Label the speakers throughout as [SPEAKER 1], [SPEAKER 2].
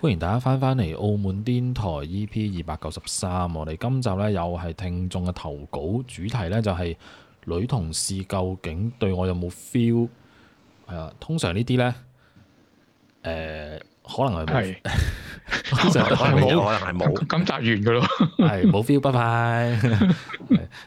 [SPEAKER 1] 歡迎大家翻返嚟澳門電台 EP 二百九十三，我哋今集呢，又係聽眾嘅投稿，主題呢就係、女同事究竟對我有冇 feel？係啊，通常呢啲呢，誒、可能係冇，
[SPEAKER 2] 係
[SPEAKER 1] 通常都係
[SPEAKER 2] 係
[SPEAKER 1] 冇
[SPEAKER 2] 冇
[SPEAKER 3] 可能係冇。
[SPEAKER 2] 咁集完噶咯，
[SPEAKER 1] 係冇 feel，拜拜。係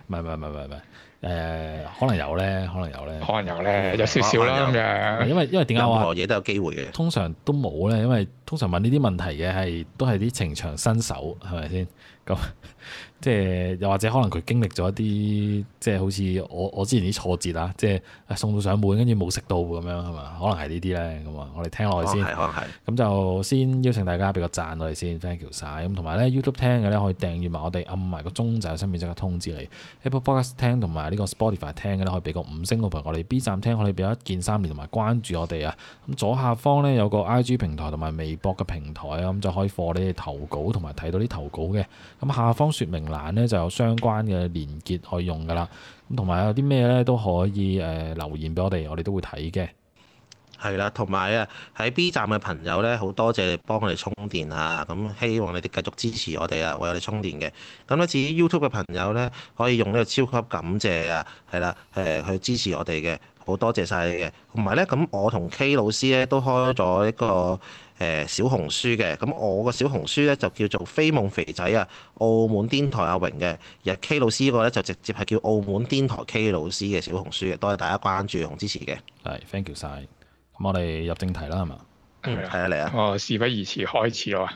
[SPEAKER 1] 唔係唔係唔係唔係唔係，誒、呃可能有呢，可能有呢，
[SPEAKER 2] 可能有咧，有少少啦咁樣。
[SPEAKER 1] 因為因為點解我
[SPEAKER 3] 任
[SPEAKER 1] 話
[SPEAKER 3] 何嘢都有機會嘅。
[SPEAKER 1] 通常都冇咧，因為通常問呢啲問題嘅係都係啲情場新手，係咪先？咁 即係又或者可能佢經歷咗一啲即係好似我我之前啲挫折啊，即係啊送到上門跟住冇食到咁樣係嘛？可能係呢啲咧咁啊，我哋聽
[SPEAKER 3] 可
[SPEAKER 1] 落去
[SPEAKER 3] 能
[SPEAKER 1] 先。
[SPEAKER 3] 哦係，可能係。
[SPEAKER 1] 咁就先邀請大家俾個讚我哋先，thank you 晒。咁同埋咧 YouTube 聽嘅咧可以訂閱埋我哋，暗埋個鐘就有新片即刻通知你。Apple Podcast 聽同埋呢個 Spotify 聽嘅咧可以俾個五星好評我哋，B 站聽可以俾一鍵三連同埋關注我哋啊。咁左下方咧有個 IG 平台同埋微博嘅平台啊，咁就可以放你哋投稿同埋睇到啲投稿嘅。咁下方説明欄咧就有相關嘅連結可以用噶啦。咁同埋有啲咩咧都可以誒、呃留言俾我哋，我哋都會睇嘅。
[SPEAKER 3] 係啦，同埋啊，喺 B 站嘅朋友咧，好多謝你幫我哋充電啊！咁希望你哋繼續支持我哋啊，為我哋充電嘅。咁咧，至於 YouTube 嘅朋友咧，可以用呢個超級感謝啊，係啦，誒去支持我哋嘅，好多謝晒你嘅。同埋咧，咁我同 K 老師咧都開咗一個誒小紅書嘅，咁我個小紅書咧就叫做飛夢肥仔啊，澳門癲台阿榮嘅，而 K 老師呢個咧就直接係叫澳門癲台 K 老師嘅小紅書嘅，多謝大家關注同支持嘅，
[SPEAKER 1] 係，thank you 晒。咁我哋入正題啦，係嘛？
[SPEAKER 2] 係啊
[SPEAKER 3] 係啊嚟啊！
[SPEAKER 2] 我事不宜遲，開始咯。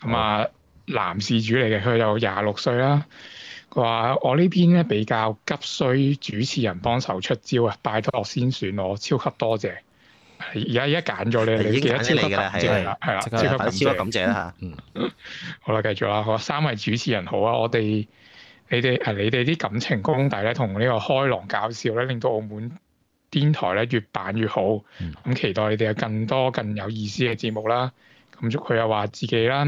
[SPEAKER 2] 咁啊，男事主嚟嘅，佢就廿六歲啦。佢話：我呢邊咧比較急需主持人幫手出招啊，拜託先選我，超級多謝。而家而家揀咗你，你記
[SPEAKER 3] 已經
[SPEAKER 2] 得
[SPEAKER 3] 揀
[SPEAKER 2] 超級
[SPEAKER 3] 咗你㗎啦
[SPEAKER 2] 感謝啦，係啦，
[SPEAKER 1] 即
[SPEAKER 2] 超
[SPEAKER 1] 刻
[SPEAKER 2] 級
[SPEAKER 3] 係
[SPEAKER 2] 感
[SPEAKER 3] 超級
[SPEAKER 2] 謝。
[SPEAKER 3] 感謝啦
[SPEAKER 2] 好啦，繼續啦。我三位主持人好啊，我哋你哋誒你哋啲感情功底咧，同呢個開朗搞笑咧，令到澳門電台咧越辦越好。咁、
[SPEAKER 1] 嗯
[SPEAKER 2] 期待你哋有更多更有意思嘅節目啦。咁祝佢又話自己啦，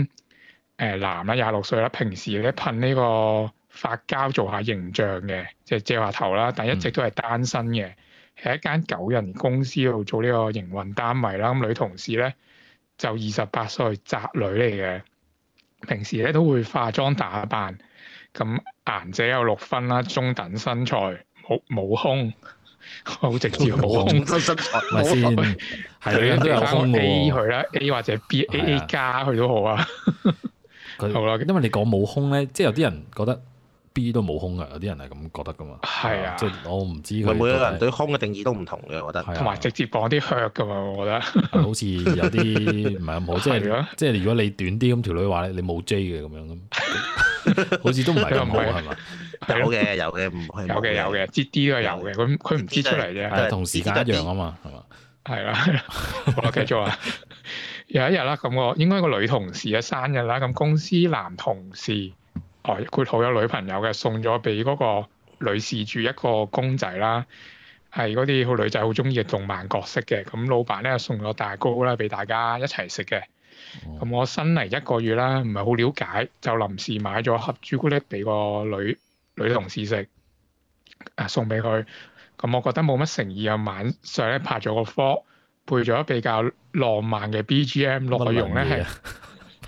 [SPEAKER 2] 誒、男啦，廿六歲啦，平時咧噴呢個髮膠做下形象嘅，即係遮下頭啦，但一直都係單身嘅，喺、一間九人公司度做呢個營運單位啦。咁女同事咧就二十八歲宅女嚟嘅。平時咧都會化妝打扮，咁顏者有六分啦，中等身材，冇冇胸，好直接冇胸啊
[SPEAKER 3] 嚇，。真身材
[SPEAKER 1] 咪先，係女人都有空嘅
[SPEAKER 2] A
[SPEAKER 1] 喎。
[SPEAKER 2] 佢啦，A 或者 B
[SPEAKER 1] 係
[SPEAKER 2] A
[SPEAKER 1] 啊
[SPEAKER 2] A 加佢都好啊。
[SPEAKER 1] 佢
[SPEAKER 2] 好啦
[SPEAKER 1] 因為你講冇空咧，即係有啲人覺得 B 都冇空嘅，有啲人係咁覺得噶嘛。
[SPEAKER 2] 係啊
[SPEAKER 1] 即係我唔知佢
[SPEAKER 3] 每每個
[SPEAKER 1] 到底
[SPEAKER 3] 人對胸嘅定義都唔同嘅，我覺得。
[SPEAKER 1] 係啊
[SPEAKER 2] 同埋直接講啲 hurt 噶嘛，我覺得
[SPEAKER 1] 好似有啲唔係咁好， 即
[SPEAKER 2] 係
[SPEAKER 1] 係
[SPEAKER 2] 啊
[SPEAKER 1] 即係如果你短啲咁，條女話咧你冇 J 嘅咁樣 咁，好似都唔係咁好係啊嘛？
[SPEAKER 2] 係
[SPEAKER 3] 有
[SPEAKER 2] 咯，
[SPEAKER 3] 嘅有嘅，唔係
[SPEAKER 2] 有嘅有
[SPEAKER 3] 嘅。
[SPEAKER 2] 嘅，接啲都有嘅，佢佢唔知出嚟啫。
[SPEAKER 1] 係同時間一樣啊嘛，係嘛？
[SPEAKER 2] 係啦， 係啦好啦，繼續啊。有一日啦，咁我應該個女同事嘅生日啦，咁公司男同事哦，括號有女朋友嘅，送咗俾嗰個女事主一個公仔啦，係嗰啲好女仔好中意嘅動漫角色嘅。咁老闆咧送咗蛋糕啦，俾大家一齊食嘅。
[SPEAKER 1] 哦
[SPEAKER 2] 咁我新嚟一個月啦，唔係好了解，就臨時買咗盒朱古力俾個女女同事食，啊送俾佢。咁我覺得冇乜誠意啊，晚上咧拍咗個科，配咗比較浪漫嘅 BGM 內容咧
[SPEAKER 1] 啊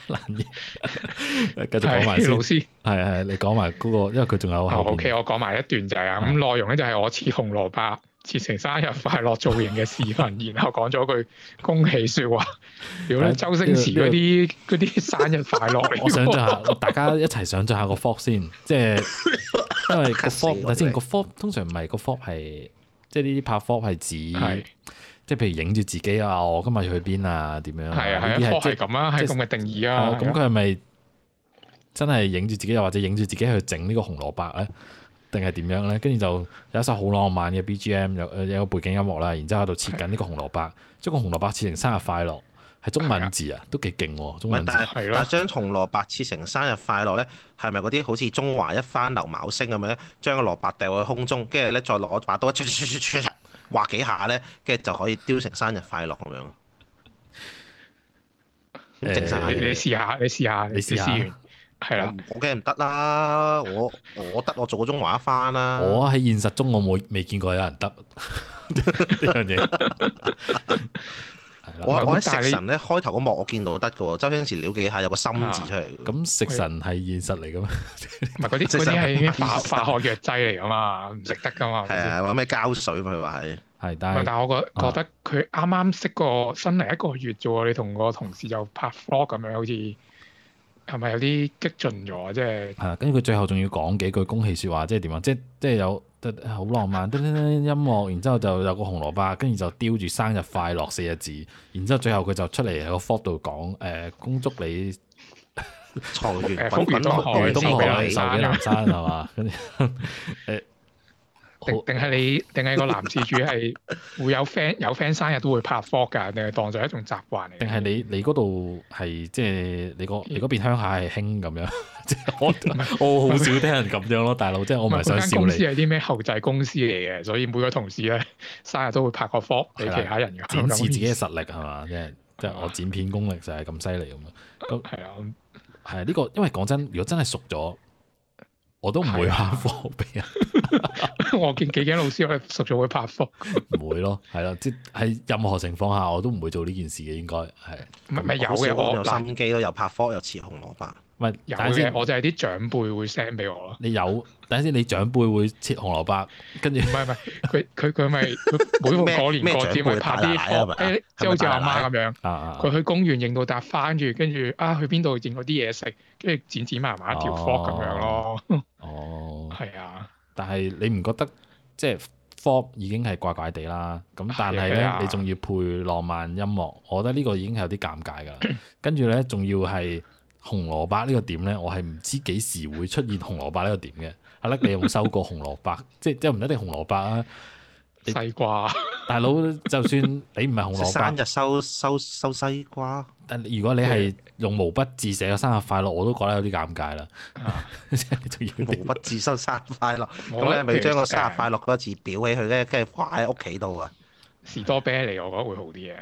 [SPEAKER 2] 係
[SPEAKER 1] 不難嘢， 繼續講埋
[SPEAKER 2] 係
[SPEAKER 1] 先
[SPEAKER 2] 老。師。
[SPEAKER 1] 係係，你講埋嗰個，因為佢仲有
[SPEAKER 2] 哦
[SPEAKER 1] 後邊。
[SPEAKER 2] OK，我講埋一段就係啊，咁內容咧就係我切紅蘿蔔，切成生日快樂造型嘅視 頻，然後講咗句恭喜説話。屌咧，周星馳嗰啲嗰啲生日快樂嚟喎。
[SPEAKER 1] 我想象下，大家一齊想象下個 f o 先，即係因為個
[SPEAKER 3] 嚇
[SPEAKER 1] f
[SPEAKER 3] 死
[SPEAKER 1] o
[SPEAKER 3] 我
[SPEAKER 1] g 等先
[SPEAKER 3] 真係
[SPEAKER 1] 個 f o g 通常唔係個 f o g 係即係呢啲拍 f o g 係
[SPEAKER 2] 係
[SPEAKER 1] 指即係譬如影住自己啊，我今日要去邊啊，點樣啊
[SPEAKER 2] 係啊
[SPEAKER 1] 呢
[SPEAKER 2] 係
[SPEAKER 1] 啲係即
[SPEAKER 2] 啊，科係
[SPEAKER 1] 係
[SPEAKER 2] 咁啊，係咁嘅定義
[SPEAKER 1] 啊
[SPEAKER 2] 啊。
[SPEAKER 1] 咁佢係咪真係影住自己，又或者影住自己去整呢個紅蘿蔔咧？定係點樣咧？跟住就有一首好浪漫嘅 BGM，有誒有個背景音樂啦，然之後喺度切緊呢個紅蘿蔔，將個紅蘿蔔切成生日快樂，係中文字啊，都幾勁喎，中
[SPEAKER 3] 唔係
[SPEAKER 1] 文字
[SPEAKER 3] 但係
[SPEAKER 2] 係咯
[SPEAKER 3] 但係將紅蘿蔔切成生日快樂咧，係咪嗰啲好似中華一番劉昴星咁樣咧，將個蘿蔔掉去空中，跟住咧再攞把刀，劃幾下咧，跟住就可以雕成生日快樂咁樣。咁整晒
[SPEAKER 1] 誒
[SPEAKER 2] 你你
[SPEAKER 3] 嘢，
[SPEAKER 2] 試下，你試下，
[SPEAKER 1] 你試下啊
[SPEAKER 2] 完係啦。
[SPEAKER 3] 我梗係唔得啦！我我得我做過中華一番啦。
[SPEAKER 1] 我喺現實中我冇未見過有人得呢樣嘢。係
[SPEAKER 3] 我
[SPEAKER 1] 啦。
[SPEAKER 2] 咁
[SPEAKER 3] 我喺
[SPEAKER 2] 但係
[SPEAKER 3] 食
[SPEAKER 2] 你
[SPEAKER 3] 神咧開頭嗰幕我見到得嘅喎，周星馳撩幾下有個心字出嚟。
[SPEAKER 1] 咁食神係現實嚟噶嘛？
[SPEAKER 2] 唔係嗰啲
[SPEAKER 3] 即
[SPEAKER 2] 嗰
[SPEAKER 3] 係
[SPEAKER 2] 啲係已經
[SPEAKER 3] 實
[SPEAKER 2] 化化學藥劑嚟噶嘛，唔食得噶嘛。
[SPEAKER 3] 係啊，話咩膠水嘛，佢話係。
[SPEAKER 1] 係，
[SPEAKER 2] 唔係
[SPEAKER 1] 但係
[SPEAKER 2] 但係我覺
[SPEAKER 1] 啊
[SPEAKER 2] 覺得佢啱啱識個新嚟一個月啫喎，你同個同事就拍 vlog 咁樣，好似係咪有啲激進咗啊？即係
[SPEAKER 1] 係啦，跟住佢最後仲要講幾句恭喜説話，即係點啊？即即係有得好浪漫，叮叮叮音樂，然之後就有個紅蘿蔔，跟住就叼住生日快樂四個字，然之後最後佢就出嚟喺個 f o 度講誒，恭祝你
[SPEAKER 3] 財
[SPEAKER 2] 誒
[SPEAKER 3] 源
[SPEAKER 2] 福
[SPEAKER 3] 滾
[SPEAKER 2] 如
[SPEAKER 3] 滾
[SPEAKER 2] 東海
[SPEAKER 3] 來
[SPEAKER 1] 誒東海壽
[SPEAKER 2] 壽比南山
[SPEAKER 1] 比南山係嘛？跟住誒
[SPEAKER 2] 定
[SPEAKER 1] 好
[SPEAKER 2] 定係你定係個男事主係會有 friend 有 friend 生日都會拍 vlog 㗎，定係當作一種習慣嚟嘅？
[SPEAKER 1] 定係你你嗰度係即係你個你嗰邊鄉下係興咁樣， 即係我我好少聽人咁樣咯，大佬，即係我 唔係想
[SPEAKER 2] 嗰間
[SPEAKER 1] 笑
[SPEAKER 2] 公
[SPEAKER 1] 你
[SPEAKER 2] 司。係啲咩後製公司嚟嘅，所以每個同事咧 生日都會拍個 vlog 俾
[SPEAKER 1] 係啦
[SPEAKER 2] 其他人嘅，
[SPEAKER 1] 展示自己嘅
[SPEAKER 2] 係
[SPEAKER 1] 實力係嘛？即係即係我剪片功力就係咁犀利咁樣。
[SPEAKER 2] 啊，
[SPEAKER 1] 係呢個，因為講真，如果真係熟咗，我都唔會拍科俾人，
[SPEAKER 2] 我見幾間老師我哋熟咗會拍 vlog，
[SPEAKER 1] 唔會咯，係啦，即係任何情況下我都唔會做呢件事嘅，應該係。
[SPEAKER 2] 唔係唔係有
[SPEAKER 3] 好少
[SPEAKER 2] 嘅，
[SPEAKER 3] 人
[SPEAKER 2] 我
[SPEAKER 3] 有
[SPEAKER 2] 嗱
[SPEAKER 3] 心機咯，又拍科又切紅蘿蔔。
[SPEAKER 1] 唔係，
[SPEAKER 2] 有
[SPEAKER 1] 等陣
[SPEAKER 2] 嘅，
[SPEAKER 1] 先，
[SPEAKER 2] 我就係啲長輩會 send 俾我咯。
[SPEAKER 1] 你有，等陣先，你長輩會切紅蘿蔔，跟住
[SPEAKER 2] 唔係唔係，佢佢佢咪 佢每逢
[SPEAKER 3] 咩
[SPEAKER 2] 過年過節咪拍啲
[SPEAKER 3] 咩長輩
[SPEAKER 2] 貨，
[SPEAKER 3] 大奶啊
[SPEAKER 2] 誒即係好似阿媽咁樣，
[SPEAKER 1] 啊啊，
[SPEAKER 2] 佢去公園影到笪花園，跟住啊去邊度影嗰啲嘢食，跟住剪剪埋埋一條
[SPEAKER 1] 哦
[SPEAKER 2] vlog 咁樣咯，
[SPEAKER 1] 哦，
[SPEAKER 2] 係啊，
[SPEAKER 1] 但係你唔覺得即係科已經係怪怪地啦，咁但係
[SPEAKER 2] 係
[SPEAKER 1] 咧
[SPEAKER 2] 啊
[SPEAKER 1] 你仲要配浪漫音樂，我覺得呢個已經係有啲尷尬㗎啦。 跟住咧仲要係紅蘿蔔呢個點咧，我係唔知幾時會出現紅蘿蔔呢個點嘅。阿叻，你有冇收過紅蘿蔔？即係即係唔一定紅蘿蔔啊，你
[SPEAKER 2] 西瓜
[SPEAKER 1] 大佬就算你唔係紅
[SPEAKER 3] 食
[SPEAKER 1] 蘿
[SPEAKER 3] 生
[SPEAKER 1] 蔔，
[SPEAKER 3] 日收收收西 瓜，
[SPEAKER 1] 但如果你
[SPEAKER 2] 啊
[SPEAKER 1] 係用毛筆字寫個生日快樂，我都覺得有啲尷尬啦。
[SPEAKER 2] 啊，
[SPEAKER 1] 即係你仲要
[SPEAKER 3] 無不自收生日快樂。咁你係
[SPEAKER 2] 譬
[SPEAKER 3] 咪
[SPEAKER 2] 如
[SPEAKER 3] 將個生日
[SPEAKER 2] 誒
[SPEAKER 3] 快樂嗰個字裱起佢咧，跟住掛喺屋企度啊？
[SPEAKER 2] 士多啤梨，我覺得會好啲嘅，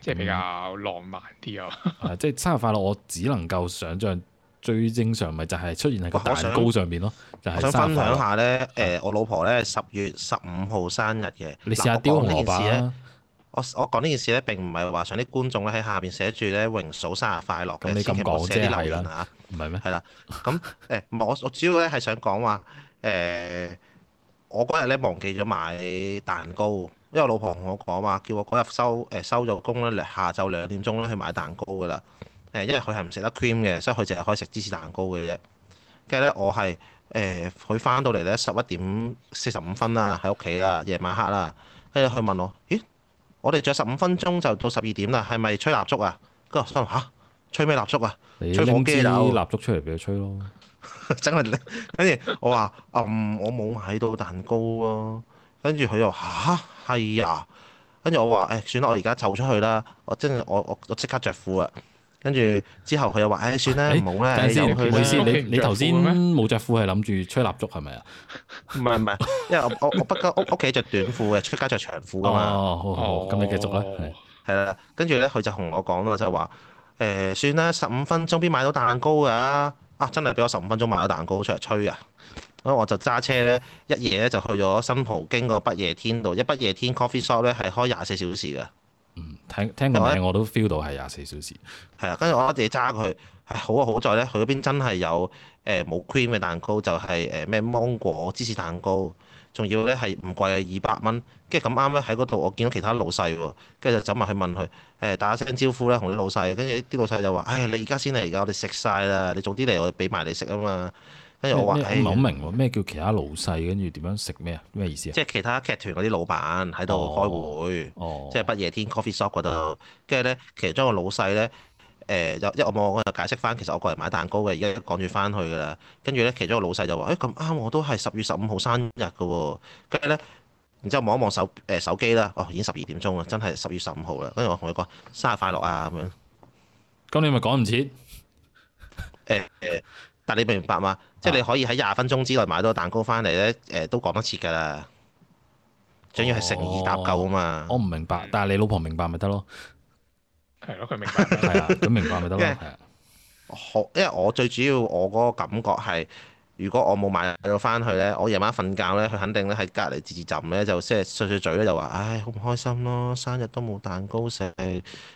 [SPEAKER 2] 即係
[SPEAKER 3] 嗯
[SPEAKER 2] 比較浪漫啲咯。
[SPEAKER 1] 啊，即係生日快樂，我只能夠想像最正常咪就係出現喺個
[SPEAKER 3] 哇我
[SPEAKER 1] 蛋
[SPEAKER 3] 想
[SPEAKER 1] 糕上邊咯，就係
[SPEAKER 3] 想
[SPEAKER 1] 生日
[SPEAKER 3] 分
[SPEAKER 1] 快
[SPEAKER 3] 享
[SPEAKER 1] 樂。
[SPEAKER 3] 下咧，誒，我老婆咧十月十五號生日嘅。
[SPEAKER 1] 你試
[SPEAKER 3] 嗱
[SPEAKER 1] 下
[SPEAKER 3] 我
[SPEAKER 1] 雕
[SPEAKER 3] 講
[SPEAKER 1] 紅蘿
[SPEAKER 3] 呢件事
[SPEAKER 1] 蔔
[SPEAKER 3] 咧，
[SPEAKER 1] 啊！
[SPEAKER 3] 我我講呢件事咧並唔係話想啲觀眾咧喺下邊寫住咧榮嫂生日快樂
[SPEAKER 1] 咁
[SPEAKER 3] 嘅，
[SPEAKER 1] 你咁
[SPEAKER 3] 千祈唔好
[SPEAKER 1] 講
[SPEAKER 3] 寫
[SPEAKER 1] 啫
[SPEAKER 3] 啲
[SPEAKER 1] 係
[SPEAKER 3] 留言
[SPEAKER 1] 啦
[SPEAKER 3] 啊。
[SPEAKER 1] 唔係咩？
[SPEAKER 3] 係啦，咁誒唔係我我主要咧係想講話誒，我嗰日咧忘記咗買蛋糕，因為我老婆同我講話，叫我嗰日收誒、收咗工咧，下晝兩點鐘咧去買蛋糕噶啦。誒，因為佢係唔食得 cream 嘅，所以佢淨係可以食芝士蛋糕嘅啫。跟住咧，我係誒佢翻到嚟咧十一點四十五分啦，喺屋企啦，夜晚黑啦。跟住佢問我：咦，我哋仲有十五分鐘就到十二點啦，係咪吹蠟燭啊？跟住我心諗嚇，吹咩蠟燭啊？
[SPEAKER 1] 你
[SPEAKER 3] 吹火
[SPEAKER 1] 拎支
[SPEAKER 3] 機樓
[SPEAKER 1] 蠟燭出嚟俾佢吹咯。
[SPEAKER 3] 真係拎，跟住我話嗯，我冇買到蛋糕咯、跟住佢又吓，係啊，跟住我話誒、算啦，我而家走出去啦，我真係我我我即刻着褲啊！跟住之後佢又話誒、算啦，
[SPEAKER 1] 誒
[SPEAKER 3] 唔好啦，
[SPEAKER 1] 等陣先，
[SPEAKER 3] 由
[SPEAKER 1] 唔
[SPEAKER 2] 去
[SPEAKER 1] 好
[SPEAKER 3] 佢
[SPEAKER 1] 意思，
[SPEAKER 3] 啦。
[SPEAKER 2] 屋企
[SPEAKER 1] 你
[SPEAKER 2] 唔
[SPEAKER 1] 你
[SPEAKER 2] 着
[SPEAKER 1] 頭
[SPEAKER 2] 褲
[SPEAKER 1] 先
[SPEAKER 2] 嘅咩
[SPEAKER 1] 冇着褲係諗住吹蠟燭係咪啊？
[SPEAKER 3] 唔係唔係，因為我我我不嬲屋屋企着短褲嘅，出街着長褲噶嘛，
[SPEAKER 1] 哦，好好好，咁你繼續啦。係
[SPEAKER 3] 係啦、跟住咧，佢就同我講啦，就話誒、算啦，十五分鐘邊買到蛋糕啊？啊，真係俾我十五分鐘買到蛋糕出嚟吹啊！咁我就揸車咧，一夜咧就去咗新葡京個不夜天度，一不夜天 coffee shop 咧係開廿四小時嘅，
[SPEAKER 1] 嗯，聽聽個
[SPEAKER 3] 好啊
[SPEAKER 1] 名我都 feel 到係廿四小時。
[SPEAKER 3] 係啊。跟住我自己揸佢，唉好啊好在咧，佢嗰邊真係有誒冇 cream 嘅蛋糕，就係誒咩芒果芝士蛋糕，仲要咧係唔貴嘅二百蚊。跟住咁啱咧喺嗰度，我見到其他老細喎，跟住就走埋去問佢，誒、呃打聲招呼啦，同啲老細。跟住啲老細就話：，唉、你而家先嚟㗎，我哋食晒啦，你早啲嚟，我哋俾埋你食啊嘛。跟住我話：，
[SPEAKER 1] 咩
[SPEAKER 3] 唉、
[SPEAKER 1] 咩唔係好明喎，咩叫其他老細，跟住點樣食咩啊？咩意思啊？
[SPEAKER 3] 即係其他劇團嗰啲老闆喺度開會，
[SPEAKER 1] 哦，
[SPEAKER 3] 即係
[SPEAKER 1] 係
[SPEAKER 3] 不夜天 coffee shop 嗰度。跟住咧，其中一個老細咧，誒有一我望我就解釋翻，其實我過嚟買蛋糕嘅，而家趕住翻去㗎啦。跟住咧，其中一個老細就話：，誒哎咁啱，我都係十月十五號生日㗎喎。跟住咧，然之後望一望手誒、手機啦，哦已經十二點鐘啦，真係十月十五號啦。跟住我同佢講生日快樂啊咁樣。
[SPEAKER 1] 咁你咪趕唔切？
[SPEAKER 3] 誒、誒，但你明白嘛？即係你可以喺廿分鐘之內買到蛋糕翻嚟咧，誒、都講得切㗎啦。仲要係誠意搭救啊嘛。
[SPEAKER 1] 我唔明白，但係你老婆明白咪得咯？
[SPEAKER 2] 係咯，佢明 白啦。
[SPEAKER 1] 係啊，佢明白咪得咯。
[SPEAKER 3] 因為
[SPEAKER 1] 係啊
[SPEAKER 3] 學，因為我最主要我嗰個感覺係，如果我冇買咗翻去咧，我夜晚瞓覺咧，佢肯定咧喺隔離自自浸咧，就即係碎碎嘴咧，就話：唉，好唔開心咯，生日都冇蛋糕食，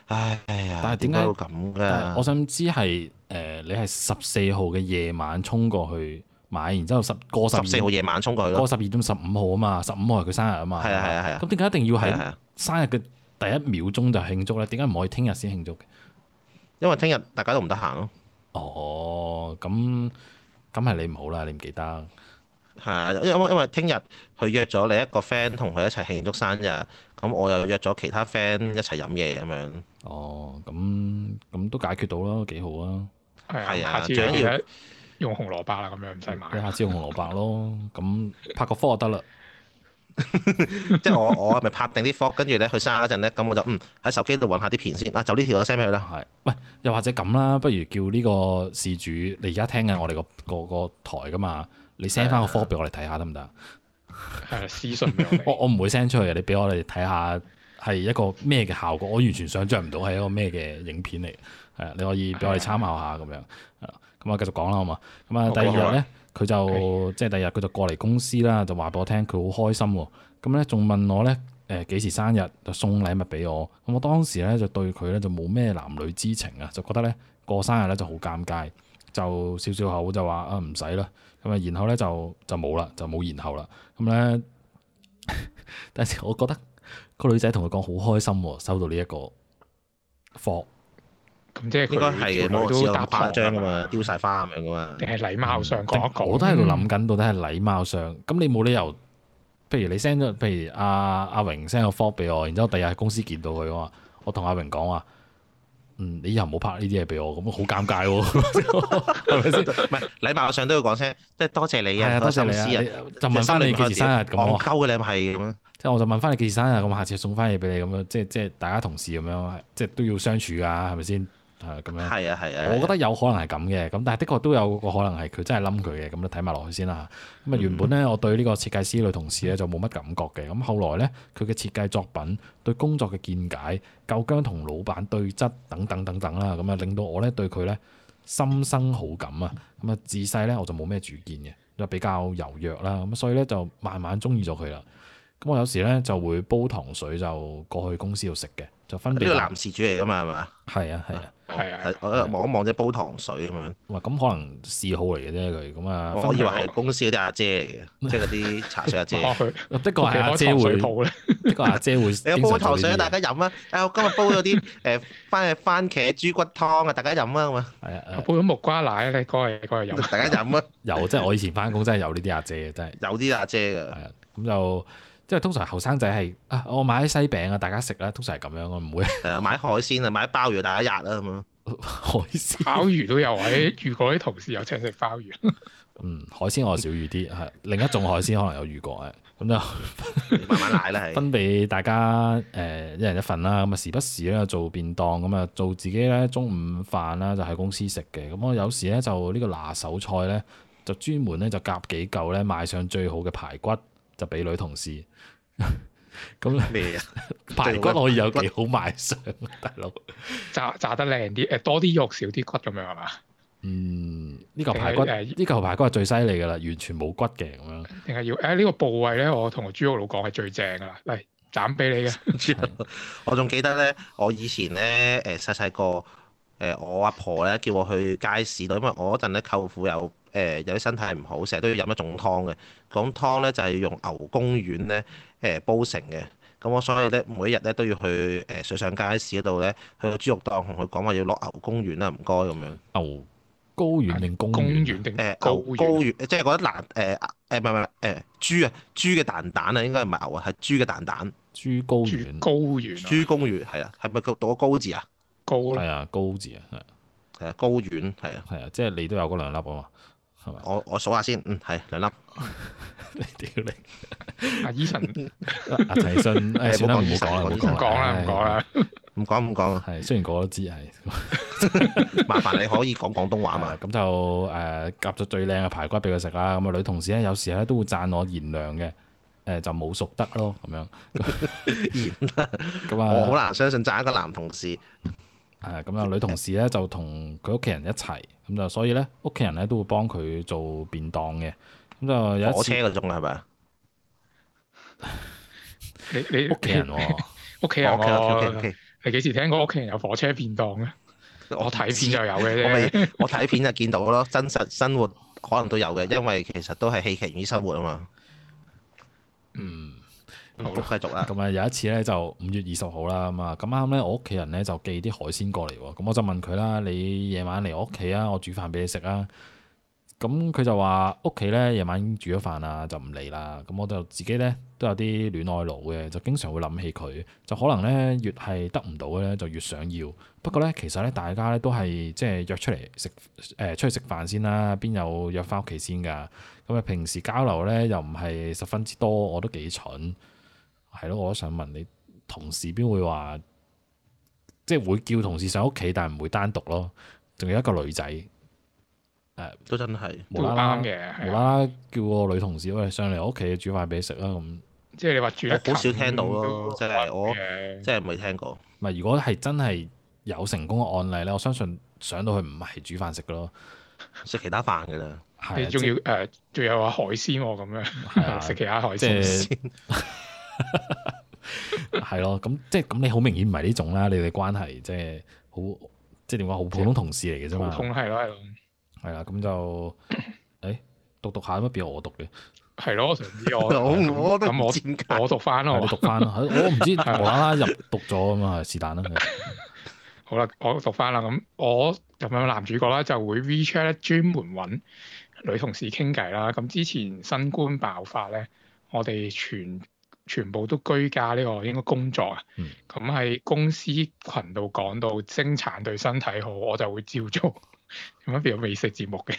[SPEAKER 3] 唉呀，
[SPEAKER 1] 但係點
[SPEAKER 3] 點
[SPEAKER 1] 解
[SPEAKER 3] 解會咁
[SPEAKER 1] 但係我
[SPEAKER 3] 㗎？
[SPEAKER 1] 想知係誒、呃你係十四號嘅夜晚衝過去買，然之後十過十
[SPEAKER 3] 十四號
[SPEAKER 1] 二
[SPEAKER 3] 夜晚衝過去
[SPEAKER 1] 過
[SPEAKER 3] 咯，
[SPEAKER 1] 十二點十五號啊嘛，十五號係佢生日啊嘛。
[SPEAKER 3] 係啊係啊係啊
[SPEAKER 1] 咁點解一定要
[SPEAKER 3] 係啊係
[SPEAKER 1] 喺
[SPEAKER 3] 啊，
[SPEAKER 1] 生日嘅第一秒鐘就慶祝咧？點解唔可以聽日先慶祝嘅？
[SPEAKER 3] 因為聽日大家都唔得閒咯。
[SPEAKER 1] 哦，咁咁係你唔好啦，你唔記得。
[SPEAKER 3] 係啊，因為因為聽日佢約咗你一個 friend 同佢一齊慶祝生日，咁我又約咗其他 friend 一齊飲嘢咁 樣。
[SPEAKER 1] 哦，咁咁都解決到啦，幾好啊！
[SPEAKER 2] 係
[SPEAKER 3] 係啊
[SPEAKER 2] 啊，下次
[SPEAKER 3] 最緊
[SPEAKER 2] 記
[SPEAKER 3] 要
[SPEAKER 2] 得用紅蘿蔔啦，咁樣唔使買
[SPEAKER 1] 你。下次用紅蘿蔔咯，咁拍個科就得啦。
[SPEAKER 3] 即係我我咪拍定啲 f 跟住咧佢生日嗰陣咧，咁我就嗯喺手機度揾下啲片先，啊就呢條我 send 俾佢啦。
[SPEAKER 1] 係，喂，又或者咁啦，不如叫呢個事主，你而家聽緊我哋個個個台噶嘛，你 send 翻個科俾我哋睇下得唔得？
[SPEAKER 3] 嗯
[SPEAKER 2] 係 私信俾我 哋
[SPEAKER 1] 我我唔會 send 出去嘅，你俾我哋睇下係一個咩嘅效果，我完全想像唔到係一個咩嘅影片嚟嘅。係啊，你可以俾我哋參考下咁樣。係啦，咁啊繼續講啦，好嘛？咁啊
[SPEAKER 3] 好
[SPEAKER 1] 第二
[SPEAKER 3] 好
[SPEAKER 1] 日
[SPEAKER 3] 啊
[SPEAKER 1] 咧，佢就即係第二日佢就過嚟公司啦，就話俾我聽佢好開心喎。咁咧仲問我咧誒幾時生日，就送禮物俾我。咁我當時咧就對佢咧就冇咩男女之情啊，就覺得咧過生日咧就好尷尬，就笑笑口就話啊唔使啦。咁啊然後咧就就冇啦，就冇然後啦。咁咧， 但係我覺得個女仔同佢講好開心喎，收到呢一個貨。
[SPEAKER 2] 咁即係
[SPEAKER 3] 應該係
[SPEAKER 2] 佢
[SPEAKER 3] 嘅，
[SPEAKER 2] 條
[SPEAKER 3] 冇
[SPEAKER 2] 女
[SPEAKER 3] 似
[SPEAKER 2] 都
[SPEAKER 3] 咁
[SPEAKER 2] 搭
[SPEAKER 3] 誇張
[SPEAKER 2] 㗎
[SPEAKER 3] 噶嘛，丟晒花咁樣噶嘛。
[SPEAKER 2] 定係禮貌上講一講。
[SPEAKER 1] 我都喺度諗緊，到底係禮貌上，咁你冇理由，譬如你 send 咗，譬如阿阿榮 send 個 f o 俾我，然之後第日喺公司見到佢我話，我同阿榮講話，嗯，你以後唔好拍呢啲嘢俾我，咁好尷尬喎， 係咪先？
[SPEAKER 3] 唔係禮貌上都要講聲，即係多謝你
[SPEAKER 1] 係
[SPEAKER 3] 啊，
[SPEAKER 1] 啊，
[SPEAKER 3] 多
[SPEAKER 1] 多
[SPEAKER 3] 謝
[SPEAKER 1] 謝
[SPEAKER 3] 心
[SPEAKER 1] 你
[SPEAKER 3] 思
[SPEAKER 1] 啊！
[SPEAKER 3] 啊
[SPEAKER 1] 你。就問翻你幾時生啊哦日咁
[SPEAKER 3] 我
[SPEAKER 1] 我話，
[SPEAKER 3] 鳩嘅你咪係咁樣。
[SPEAKER 1] 即係我就問翻你幾時生日，咁我下次送翻嘢俾你咁樣，即係即係大家同事咁樣，即係都要相處㗎，啊係咪先？係咁樣。
[SPEAKER 3] 係啊係啊，
[SPEAKER 1] 我覺得有可能係咁嘅，咁但係的確都有個可能係佢真係冧佢嘅，咁就睇埋落去先啦。咁啊，原本
[SPEAKER 3] 嗯
[SPEAKER 1] 咧我對呢個設計師女同事咧就冇乜感覺嘅，咁後來咧佢嘅設計作品、對工作嘅見解、夠姜同老闆對質等等等等啦，咁啊令到我咧對佢咧心生好感啊。咁啊自細咧我就冇咩主見嘅，就比較柔弱啦，咁啊所以咧就慢慢中意咗佢啦。咁我有時咧就會煲糖水就過去公司度食嘅，就分
[SPEAKER 3] 呢
[SPEAKER 1] 別
[SPEAKER 3] 個男事主嚟噶嘛係嘛？
[SPEAKER 1] 係啊係啊。
[SPEAKER 2] 係啊，
[SPEAKER 3] 我我望一望即係煲糖水咁樣，
[SPEAKER 1] 哇，咁可能嗜好嚟嘅啫佢，咁啊，
[SPEAKER 3] 哦我以為係公司嗰啲阿 姐嚟嘅，即係嗰啲茶水阿姐。
[SPEAKER 2] 哦
[SPEAKER 1] 分
[SPEAKER 2] 佢
[SPEAKER 1] 的確
[SPEAKER 2] 佢
[SPEAKER 1] 係阿
[SPEAKER 2] 開
[SPEAKER 1] 姐
[SPEAKER 2] 糖
[SPEAKER 1] 會
[SPEAKER 2] 水，鋪咧，
[SPEAKER 1] 的確係阿姐會
[SPEAKER 3] 你
[SPEAKER 1] 經
[SPEAKER 3] 有
[SPEAKER 1] 常
[SPEAKER 3] 煲
[SPEAKER 1] 做
[SPEAKER 3] 糖
[SPEAKER 1] 呢
[SPEAKER 3] 水啊，
[SPEAKER 1] 啲嘢。
[SPEAKER 3] 大家飲啊！啊，我今日煲 咗啲誒番番茄豬骨湯啊，大家飲啊咁啊，
[SPEAKER 1] 係
[SPEAKER 2] 我
[SPEAKER 1] 啊，
[SPEAKER 2] 煲咗木瓜奶咧，嗰日嗰日有。
[SPEAKER 3] 大家飲啊，
[SPEAKER 1] 有即係我以前翻工真係有呢啲阿姐嘅，真係
[SPEAKER 3] 有啲阿姐
[SPEAKER 1] 係
[SPEAKER 3] 㗎，
[SPEAKER 1] 啊。咁就即係通常後生仔係啊，我買啲西餅啊，大家食啦，通常係咁樣，我唔會
[SPEAKER 3] 係啊，買海鮮啊，買鮑魚大家吔啊咁啊，
[SPEAKER 1] 海鮮。
[SPEAKER 2] 鮑魚都有，喺如果啲同事有請食鮑魚，
[SPEAKER 1] 嗯，海鮮我少遇啲，係另一種海鮮可能有遇過嘅，咁就。
[SPEAKER 3] 慢慢奶啦係。
[SPEAKER 1] 分俾大家誒、一人一份啦，咁啊時不時咧做便當，咁啊做自己咧中午飯啦，就喺公司食嘅。咁我有時咧就呢個拿手菜咧，就專門咧就夾幾嚿咧賣上最好嘅排骨，就俾女 同事。咁
[SPEAKER 3] 咩啊？
[SPEAKER 1] 排骨可以有幾好賣相，大佬。
[SPEAKER 2] 炸炸得靚啲，誒多啲肉少啲骨咁樣係嘛？
[SPEAKER 1] 嗯，呢嚿排骨，
[SPEAKER 2] 誒
[SPEAKER 1] 呢嚿排骨係最犀利噶啦，完全冇骨嘅咁樣。
[SPEAKER 2] 定係要誒呢個部位咧，我同個豬肉佬講係最正㗎啦，嚟斬俾你嘅。
[SPEAKER 3] 我仲記得咧，我以前咧誒細細個誒我阿婆咧叫我去街市度，因為我嗰陣咧舅父有誒、有啲身體唔好，成日都要飲一種湯嘅。嗰種湯咧就係、用牛公丸咧誒、煲成嘅。咁我所以咧每一日咧都要去誒、水上街市嗰度咧去個豬肉檔同佢講話要攞牛公丸啦，唔該咁樣。
[SPEAKER 1] 牛高原定公
[SPEAKER 2] 公
[SPEAKER 1] 園？啊
[SPEAKER 2] 園定
[SPEAKER 3] 嗯誒、
[SPEAKER 2] 高
[SPEAKER 3] 牛高
[SPEAKER 2] 原？
[SPEAKER 3] 丸即係嗰啲蛋誒誒唔係唔係誒豬啊豬嘅蛋蛋啊，應該唔係牛啊，係豬嘅蛋蛋。
[SPEAKER 1] 豬高
[SPEAKER 2] 豬
[SPEAKER 1] 原？
[SPEAKER 2] 高啊原啊，
[SPEAKER 3] 豬公丸係啊，係咪讀讀個高字啊？
[SPEAKER 2] 高啦，
[SPEAKER 1] 係啊，高字啊，係啊
[SPEAKER 3] 係啊，高丸係啊。
[SPEAKER 1] 係啊，即係你都有嗰兩粒啊嘛，係咪？
[SPEAKER 3] 我我數下先，嗯，係兩粒，
[SPEAKER 1] 屌你！
[SPEAKER 2] 阿啊 Eason
[SPEAKER 1] 阿陳奕迅，誒
[SPEAKER 3] 誒
[SPEAKER 1] 算啦，唔好
[SPEAKER 3] 冇講
[SPEAKER 1] 講啦，唔好講
[SPEAKER 2] 唔講啦，唔
[SPEAKER 3] 唔
[SPEAKER 2] 講。啦。
[SPEAKER 3] 唔講唔講，
[SPEAKER 1] 係，雖然我都知係，
[SPEAKER 3] 麻煩你可以講廣東話 嘛。
[SPEAKER 1] 啊咁就誒夾咗最靚嘅排骨俾佢食啦。咁啊，女同事咧有時咧都會讚我賢良嘅，誒就冇熟得咯咁樣。咁
[SPEAKER 3] 我好
[SPEAKER 1] 啊，
[SPEAKER 3] 難相信讚一個男同事
[SPEAKER 1] 係咁啊，女同事咧就同佢屋企人一齊，咁就所以咧屋企人咧都會幫佢做便當嘅。咁就有一
[SPEAKER 3] 火
[SPEAKER 1] 次
[SPEAKER 3] 車嗰種係咪啊？
[SPEAKER 2] 你你
[SPEAKER 1] 屋企人喎，
[SPEAKER 2] 屋企人喎
[SPEAKER 3] 哦，OK，OK，OK，
[SPEAKER 2] 你幾時聽過屋企人有火車便當咧？ 我睇片就有嘅
[SPEAKER 3] 我
[SPEAKER 2] 啫。
[SPEAKER 3] 咪我睇片就見到咯，真實生活可能都有嘅，因為其實都係戲劇院生活啊嘛。
[SPEAKER 1] 嗯。
[SPEAKER 3] 好繼續啦，
[SPEAKER 1] 咁啊有一次咧就五月二十號啦，咁啊咁啱咧我屋企人咧就寄啲海鮮過嚟喎，咁我就問佢啦，你夜晚嚟我屋企啊，我煮飯俾你食啊。咁佢就話屋企咧夜晚已經煮咗飯啦，就唔嚟啦。咁我就自己咧都有啲戀愛腦嘅，就經常會諗起佢，就可能咧越係得唔到嘅咧就越想要。不過咧其實咧大家咧都係即係約出嚟食誒出去食飯先啦，邊有約翻屋企先㗎？咁啊平時交流咧又唔係十分之多，我都幾蠢。係咯，我都想問你，同事邊會話，即係會叫同事上屋企，但係唔會單獨咯。仲有一個女仔
[SPEAKER 3] 都真係
[SPEAKER 1] 無啦啦
[SPEAKER 2] 都啱嘅係啊
[SPEAKER 1] 無啦啦叫個女同事喂上嚟我屋企煮飯俾你食啦啊咁。唔
[SPEAKER 2] 即係你話住得
[SPEAKER 3] 我好少
[SPEAKER 2] 近
[SPEAKER 3] 聽到咯
[SPEAKER 2] 都
[SPEAKER 3] 即係我
[SPEAKER 2] 嘅
[SPEAKER 3] 即係未聽過。
[SPEAKER 1] 係如果係真係有成功嘅案例咧，我相信上到去唔係煮飯食嘅咯，
[SPEAKER 3] 食其他飯㗎啦。
[SPEAKER 1] 係
[SPEAKER 2] 你
[SPEAKER 1] 啊
[SPEAKER 2] 仲
[SPEAKER 1] 即
[SPEAKER 2] 要誒，仲有話海鮮喎咁
[SPEAKER 1] 係啊
[SPEAKER 2] 樣， 食其他海
[SPEAKER 1] 即
[SPEAKER 2] 鮮。
[SPEAKER 1] 係 係咯，咁即係咁你好明顯唔係呢種啦，你哋關係即係好即係點講，好普通同事嚟嘅啫
[SPEAKER 2] 普
[SPEAKER 1] 嘛。
[SPEAKER 2] 通係咯係咯
[SPEAKER 1] 係啦，咁 就誒讀讀下乜變我讀 嘅。
[SPEAKER 2] 係咯，我想 知我
[SPEAKER 3] 我我都
[SPEAKER 2] 咁
[SPEAKER 3] 唔
[SPEAKER 2] 我
[SPEAKER 3] 知點解
[SPEAKER 2] 我讀翻
[SPEAKER 1] 係
[SPEAKER 2] 咯
[SPEAKER 1] 你。讀翻啦，哦 係我唔知無啦啦入讀咗咁啊，是 但啦。
[SPEAKER 2] 好啦，我讀翻啦。咁我咁樣男主角啦，就會 WeChat 咧專門揾女同事傾偈啦。咁之前新冠爆發咧，我哋全全部都居家呢個應該工作啊
[SPEAKER 1] 嗯。
[SPEAKER 2] 咁喺公司群度講到精產對身體好，我就會照做。 咁樣變咗美食節目 嘅。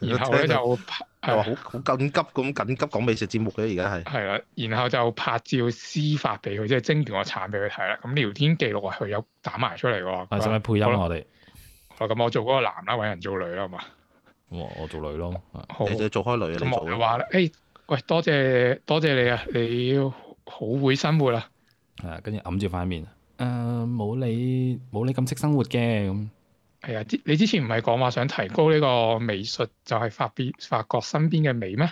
[SPEAKER 2] 然後咧就誒
[SPEAKER 3] 係話好好緊急咁緊急講美食節目嘅，而家係
[SPEAKER 2] 係啦，然後就拍照私發俾佢，即係精段我產俾佢睇啦。咁聊天記錄啊，佢有打埋出嚟喎。
[SPEAKER 1] 係使唔使配音
[SPEAKER 2] 好
[SPEAKER 1] 啊
[SPEAKER 2] 啦
[SPEAKER 1] 我哋？
[SPEAKER 2] 好哦啦咁我做嗰個男啦，揾人做女啦，好嘛？
[SPEAKER 1] 我我做女咯，啊
[SPEAKER 2] 好，
[SPEAKER 3] 你就做開女嘅，你
[SPEAKER 2] 咁
[SPEAKER 3] 做
[SPEAKER 2] 我就話咧，誒、喂，多謝多謝你啊，你好會生活啊，
[SPEAKER 1] 係跟住揞住塊面。誒冇你冇你咁識生活嘅咁，
[SPEAKER 2] 係啊，之你之前唔係講話想提高呢個美術，就係發別發覺身邊嘅美咩？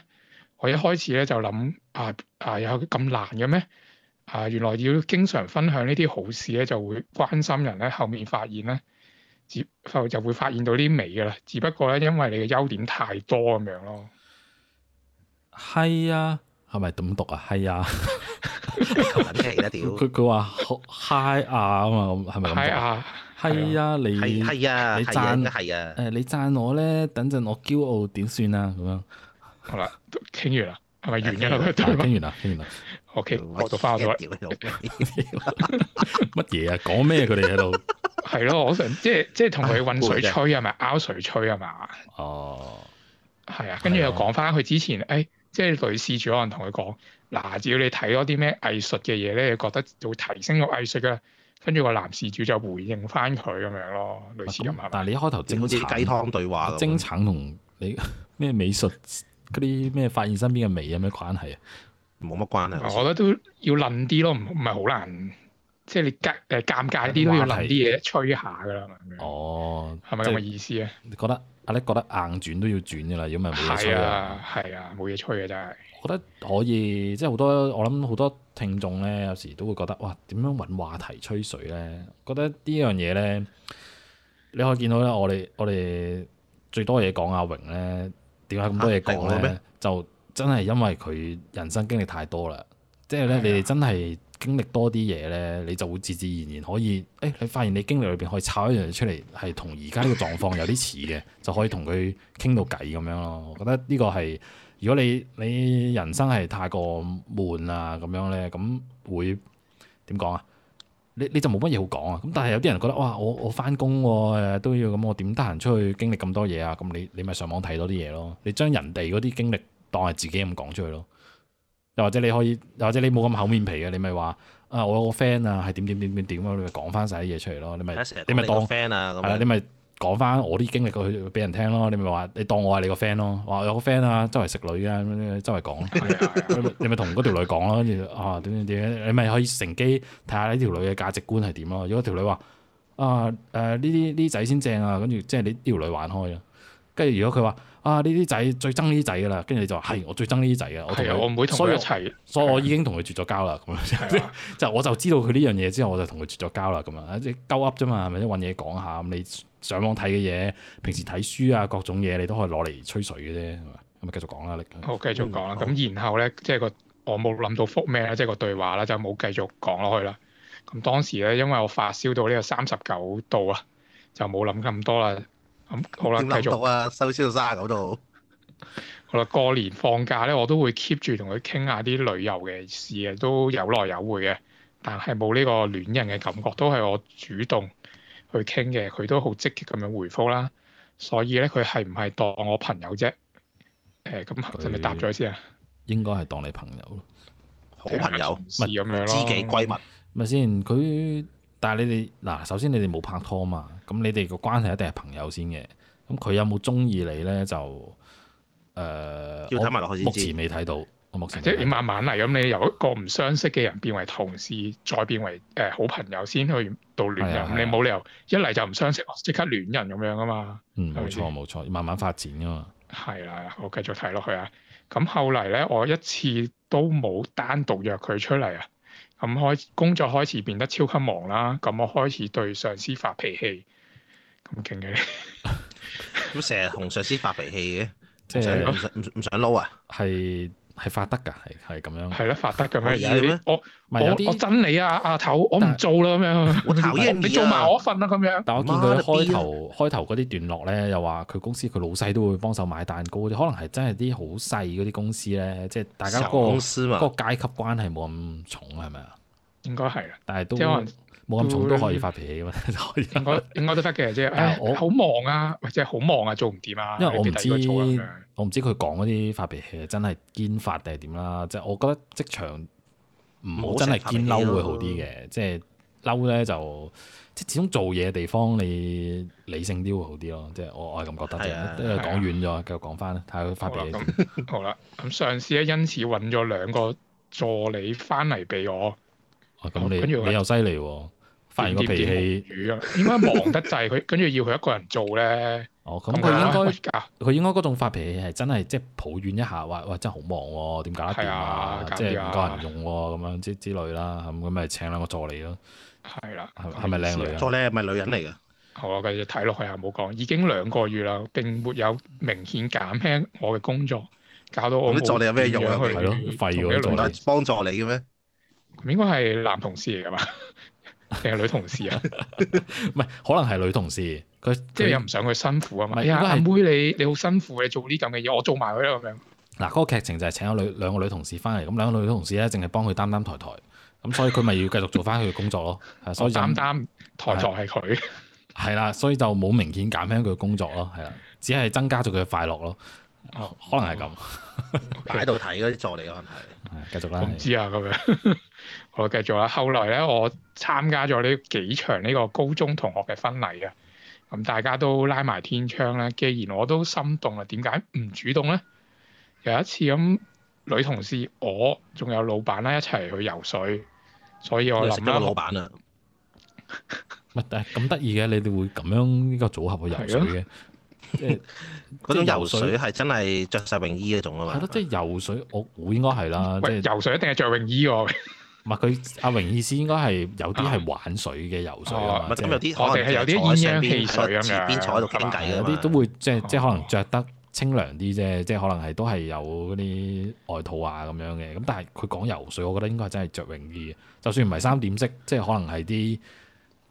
[SPEAKER 2] 我一開始咧就諗啊啊有咁難嘅咩？啊原來要經常分享呢啲好事咧，就會關心人咧，後面發現咧，只就就會發現到啲美噶啦。只不過咧，因為你嘅優點太多咁樣咯。
[SPEAKER 1] 係啊，係咪咁讀啊？係啊，
[SPEAKER 3] 揾嚟啦屌，
[SPEAKER 1] 佢佢話好 hi 啊啊嘛，咁係咪咁
[SPEAKER 2] 係
[SPEAKER 1] 讀？
[SPEAKER 2] 啊，
[SPEAKER 1] 係啊，你
[SPEAKER 3] 係係啊，
[SPEAKER 1] 你
[SPEAKER 3] 係啊，
[SPEAKER 1] 讚
[SPEAKER 3] 應該係啊，
[SPEAKER 1] 誒你讚我咧，等陣我驕傲點算啊？咁 樣
[SPEAKER 2] 好啦，都傾完啦，係咪完嘅
[SPEAKER 3] 係
[SPEAKER 2] 啦？
[SPEAKER 1] 啊
[SPEAKER 2] 對
[SPEAKER 1] 傾完啦，傾完啦，
[SPEAKER 2] O K，我讀翻我度啦。
[SPEAKER 3] 屌你老味
[SPEAKER 1] 乜嘢啊？講咩佢哋喺度？
[SPEAKER 2] 係咯，我想 即係即係同佢混水吹
[SPEAKER 1] 啊
[SPEAKER 2] 係咪？拗水吹係嘛？
[SPEAKER 1] 哦，
[SPEAKER 2] 係啊，跟住又
[SPEAKER 1] 係啊
[SPEAKER 2] 講翻佢之前，誒、即係類似主可能同佢講，嗱，只要你睇多啲咩藝術嘅嘢咧，你覺得就會提升個藝術嘅。跟住個男事主就回應翻佢咁樣咯，類似咁
[SPEAKER 1] 啊咁
[SPEAKER 2] 係嘛？
[SPEAKER 1] 但係你一開頭
[SPEAKER 3] 整
[SPEAKER 1] 整
[SPEAKER 3] 好似啲雞湯對話咁。
[SPEAKER 1] 精橙同你 咩美術嗰啲咩發現身邊嘅美有咩關係啊？
[SPEAKER 3] 冇乜關係。
[SPEAKER 2] 我覺得都要論啲咯，唔唔係好難，即係你尷誒尷尬啲都要論啲嘢吹下㗎啦，咁樣
[SPEAKER 1] 哦，
[SPEAKER 2] 係咪
[SPEAKER 1] 即
[SPEAKER 2] 咁嘅
[SPEAKER 1] 係
[SPEAKER 2] 意思啊？
[SPEAKER 1] 你覺得阿叻覺得硬轉都要轉噶啦，如果唔係冇嘢吹
[SPEAKER 2] 係
[SPEAKER 1] 啊！
[SPEAKER 2] 啊，係啊，冇嘢吹啊，真係。
[SPEAKER 1] 我覺得可以，即係好多我諗好多聽眾咧，有時都會覺得哇，點樣揾話題吹水咧？覺得呢樣嘢咧，你可以見到咧，我哋我哋最多嘢講阿榮咧，點解咁多嘢
[SPEAKER 3] 啊係
[SPEAKER 1] 講
[SPEAKER 3] 我
[SPEAKER 1] 咧
[SPEAKER 3] 咩？
[SPEAKER 1] 就真係因為佢人生經歷太多啦。即係咧，
[SPEAKER 2] 係啊，
[SPEAKER 1] 你哋真係經歷多啲嘢咧，你就會自自然然可以，誒、哎你發現你經歷裏邊可以抄一樣嘢出嚟，係同而家呢個狀況有啲似嘅，就可以同佢傾到偈咁樣咯。我覺得呢個係，如果你你人生係太過悶啊咁樣咧，咁會點講啊？你你就冇乜嘢好講啊。咁但係有啲人覺得，哇！我我翻工喎，誒都要咁，我點得閒出去經歷咁多嘢啊？咁你你咪上網睇多啲嘢咯。你將人哋嗰啲經歷當係自己咁講出去咯。又或者你可以，又或者你冇咁厚面皮嘅，你咪話啊，我有個 friend 啊，係點點點點點啊，你咪講翻晒啲嘢出嚟咯，你咪
[SPEAKER 3] 啊成日
[SPEAKER 1] 你咪
[SPEAKER 3] 當
[SPEAKER 1] 當
[SPEAKER 3] 個 friend 啊咁
[SPEAKER 1] 係啦，你
[SPEAKER 3] 樣，
[SPEAKER 1] 咪講翻我啲經歷過去俾人聽咯，你咪話你當我係你個 friend 咯，話我有個 friend 啊，周圍食女啊，咁樣周圍講咯
[SPEAKER 2] 係啊，係
[SPEAKER 1] 你
[SPEAKER 2] 啊
[SPEAKER 1] 咪你咪同嗰條女講咯，跟住啊點點點，你咪可以乘機睇下呢條女嘅價值觀係點咯。如果條女話啊誒呢啲呢仔先正啊，跟住即係你呢條女玩開啊。跟住如果佢話啊呢啲仔最憎呢啲仔噶啦，跟住你就話係我最憎呢啲仔嘅，我同
[SPEAKER 2] 係
[SPEAKER 1] 佢
[SPEAKER 2] 啊，我唔會同
[SPEAKER 1] 所以
[SPEAKER 2] 佢一
[SPEAKER 1] 我
[SPEAKER 2] 齊。
[SPEAKER 1] 所以我已經同佢絕咗交啦，咁
[SPEAKER 2] 係
[SPEAKER 1] 樣
[SPEAKER 2] 啊
[SPEAKER 1] 就我就知道佢呢樣嘢之後，我就同佢絕咗交啦，咁樣即係鳩噏啫嘛，係咪？即係揾嘢講下咁，你上網睇嘅嘢，平時睇書啊，各種嘢你都可以攞嚟吹水嘅啫，係咪？咁啊咪繼續講啦，你
[SPEAKER 2] 好，繼續講啦。
[SPEAKER 3] 嗯
[SPEAKER 2] 咁然後咧，即係個我冇諗到覆咩啦，即係個對話啦，就冇繼續講落去啦。咁當時咧，因為我發燒到呢個三十九度啊，就冇諗咁多啦。咁好啦，
[SPEAKER 3] 點諗
[SPEAKER 2] 繼
[SPEAKER 3] 到
[SPEAKER 2] 續
[SPEAKER 3] 啊？收燒到卅九度，
[SPEAKER 2] 好啦。過年放假咧，我都會 keep 住同佢傾下啲旅遊嘅事嘅，都有來有回嘅，但係冇呢個戀人嘅感覺，都係我主動去傾嘅，佢都好積極咁樣回覆啦。所以咧，佢係唔係當我朋友啫？誒，咁係咪答咗先啊？
[SPEAKER 1] 應該係當你朋友咯，
[SPEAKER 3] 好朋友、
[SPEAKER 2] 事咁樣咯，
[SPEAKER 3] 知己、閨蜜，
[SPEAKER 1] 咪先？佢但係你哋嗱，首先你哋冇拍拖嘛，咁你哋個關係一定係朋友先嘅。咁佢有冇中意你咧？就誒，
[SPEAKER 3] 要
[SPEAKER 1] 我
[SPEAKER 3] 睇埋落去
[SPEAKER 1] 目
[SPEAKER 3] 先知
[SPEAKER 1] 前。未睇到，我目前
[SPEAKER 2] 即係你
[SPEAKER 1] 未睇到
[SPEAKER 2] 慢慢嚟，咁你由一個唔相識嘅人變為同事，再變為誒、呃好朋友，先去到戀
[SPEAKER 1] 係
[SPEAKER 2] 人。
[SPEAKER 1] 啊係
[SPEAKER 2] 咁
[SPEAKER 1] 啊
[SPEAKER 2] 你冇理由一嚟就唔相識，哦即刻戀人咁樣噶嘛？
[SPEAKER 1] 嗯，
[SPEAKER 2] 係咪
[SPEAKER 1] 冇
[SPEAKER 2] 先
[SPEAKER 1] 錯冇錯，慢慢發展噶嘛。
[SPEAKER 2] 係啦，我繼續睇落去啊。咁後嚟咧，我一次都冇單獨約佢出嚟啊。咁開工作開始變得超級忙啦，咁我開始對上司發脾氣，咁勁嘅。
[SPEAKER 3] 咁成日同上司發脾氣嘅，
[SPEAKER 1] 即
[SPEAKER 3] 唔想
[SPEAKER 1] 係
[SPEAKER 3] 唔想唔唔想撈啊？
[SPEAKER 1] 係係發得㗎，係係咁樣。
[SPEAKER 2] 係啦，發得咁
[SPEAKER 3] 係啊
[SPEAKER 2] 樣，我
[SPEAKER 1] 唔
[SPEAKER 2] 我
[SPEAKER 1] 係有
[SPEAKER 2] 我
[SPEAKER 1] 啲，
[SPEAKER 2] 憎你啊，阿頭，我唔做啦咁樣，
[SPEAKER 3] 我討厭
[SPEAKER 2] 你
[SPEAKER 3] 你
[SPEAKER 2] 做埋
[SPEAKER 3] 啊！
[SPEAKER 2] 我份啦咁樣。
[SPEAKER 1] 但我見佢
[SPEAKER 3] 媽嘅
[SPEAKER 1] 開
[SPEAKER 3] 逼啊
[SPEAKER 1] 頭開頭嗰啲段落咧，又話佢公司佢老細都會幫手買蛋糕嗰啲，可能係真係啲好細嗰啲公司咧，即係大家
[SPEAKER 3] 小
[SPEAKER 1] 嗰
[SPEAKER 3] 公
[SPEAKER 1] 個
[SPEAKER 3] 司嘛，
[SPEAKER 1] 嗰個階級關係冇咁重係咪啊？
[SPEAKER 2] 應該係啦，
[SPEAKER 1] 但係都
[SPEAKER 2] 即係可能
[SPEAKER 1] 冇咁重都可以發脾氣㗎嘛， 可以
[SPEAKER 2] 應該應該都嗯得嘅，即係
[SPEAKER 1] 但係我
[SPEAKER 2] 誒好忙啊，或者好忙啊，做唔掂啊，
[SPEAKER 1] 因為我唔
[SPEAKER 2] 你俾第二個做啊咁樣
[SPEAKER 1] 知，我唔知佢講嗰啲發脾氣係真係堅發定係點啦。即係我覺得職場唔好真係堅嬲會好啲嘅，即係嬲咧就即係始終做嘢嘅地方你理性啲會好啲咯。即係我我係咁覺
[SPEAKER 3] 係啊
[SPEAKER 1] 得啫。因為講遠咗，繼續講翻啦，睇下佢發
[SPEAKER 2] 好
[SPEAKER 1] 脾
[SPEAKER 2] 啦
[SPEAKER 1] 氣先。
[SPEAKER 2] 咁好啦，咁上司咧因此揾咗兩個助理翻嚟俾我，
[SPEAKER 1] 哦咁你
[SPEAKER 2] 跟住我
[SPEAKER 1] 你又犀利喎，發完個脾氣，
[SPEAKER 2] 語 啊，應該忙得滯，佢跟住要佢一個人做咧，
[SPEAKER 1] 哦咁
[SPEAKER 2] 咁
[SPEAKER 1] 佢應該
[SPEAKER 2] 該
[SPEAKER 1] 佢應該嗰種發脾氣係真係即係抱怨一下，話哇真係好忙喎，點搞得掂啊
[SPEAKER 2] 係啊，搞
[SPEAKER 1] 即係
[SPEAKER 2] 掂
[SPEAKER 1] 唔
[SPEAKER 2] 啊
[SPEAKER 1] 夠人用喎，咁樣之之類啦，咁咁咪請兩個助理咯。
[SPEAKER 2] 係啦，
[SPEAKER 1] 係係咪靚女啊
[SPEAKER 3] 助理係咪女人嚟㗎？
[SPEAKER 2] 好啦，繼續睇落去啊，冇講，已經兩個月啦，並沒有明顯減輕我嘅工作，搞到我
[SPEAKER 3] 咁啲助理有咩用啊
[SPEAKER 1] 係咯廢喎啲助
[SPEAKER 3] 唔
[SPEAKER 1] 理
[SPEAKER 2] 理。
[SPEAKER 3] 係幫助你嘅咩？
[SPEAKER 2] 啊應該係男同事嚟㗎嘛？ 定係女同事啊？
[SPEAKER 1] 唔係，可能係女同事，佢
[SPEAKER 2] 即係
[SPEAKER 1] 佢
[SPEAKER 2] 又唔想佢辛苦啊
[SPEAKER 1] 唔
[SPEAKER 2] 嘛。
[SPEAKER 1] 係
[SPEAKER 2] 哎呀，
[SPEAKER 1] 應該係
[SPEAKER 2] 阿妹你你好辛苦，你做呢咁嘅嘢，我做埋佢啦咁樣。
[SPEAKER 1] 嗱嗰個劇情就係請咗女兩個女同事翻嚟，咁兩個女同事咧淨係幫佢擔擔抬抬，咁所以佢咪要繼續做翻佢嘅工作咯。係啊所
[SPEAKER 2] 我
[SPEAKER 1] 以就
[SPEAKER 2] 哦擔擔抬抬係佢，
[SPEAKER 1] 係啦，所以就冇明顯減輕佢嘅工作咯，係啦，只係增加咗佢嘅快樂咯。
[SPEAKER 2] 哦
[SPEAKER 1] 可能係咁，
[SPEAKER 3] 擺度睇嗰啲助理嘅問題。
[SPEAKER 1] 係繼續
[SPEAKER 2] 我
[SPEAKER 1] 啦
[SPEAKER 2] 唔。知啊咁樣。 我繼續啦。後來咧，我參加咗呢幾場呢個高中同學嘅婚禮啊。咁大家都拉埋天窗咧。既然我都心動啦，點解唔主動咧？有一次咁，女同事我仲有老闆啦一齊去游水，所以我
[SPEAKER 3] 你
[SPEAKER 2] 諗
[SPEAKER 3] 識咗
[SPEAKER 2] 啦
[SPEAKER 3] 個老闆啊，
[SPEAKER 1] 唔係但係咁得意嘅，你哋會咁樣呢個組合去游水嘅，即係
[SPEAKER 3] 嗰種游水係真係着晒泳衣嗰種啊嘛。
[SPEAKER 1] 係咯，即係游水，我估應該係啊啦，即
[SPEAKER 2] 喂，
[SPEAKER 1] 係
[SPEAKER 2] 游水一定係着泳衣喎，
[SPEAKER 1] 唔係佢阿榮意思應該係有啲係玩水嘅游水啊
[SPEAKER 3] 啊哦唔
[SPEAKER 1] 嘛，
[SPEAKER 3] 係
[SPEAKER 1] 即
[SPEAKER 3] 咁
[SPEAKER 1] 係
[SPEAKER 3] 有啲可
[SPEAKER 2] 我哋
[SPEAKER 3] 能
[SPEAKER 2] 係有啲
[SPEAKER 3] 坐喺上
[SPEAKER 2] 鴛鴦
[SPEAKER 3] 邊
[SPEAKER 2] 戲水
[SPEAKER 3] 喺個
[SPEAKER 2] 咁
[SPEAKER 3] 池邊
[SPEAKER 2] 樣
[SPEAKER 3] 坐喺度傾偈
[SPEAKER 1] 係
[SPEAKER 3] 㗎
[SPEAKER 1] 有
[SPEAKER 3] 嘛。
[SPEAKER 1] 啲都會即係即係可能
[SPEAKER 2] 啊哦
[SPEAKER 1] 着得清涼啲啫，即係可能係都係有嗰啲外套啊咁樣嘅。咁但係佢講游水，我覺得應該係真係着泳衣嘅，就算唔係三點式，即係可能係啲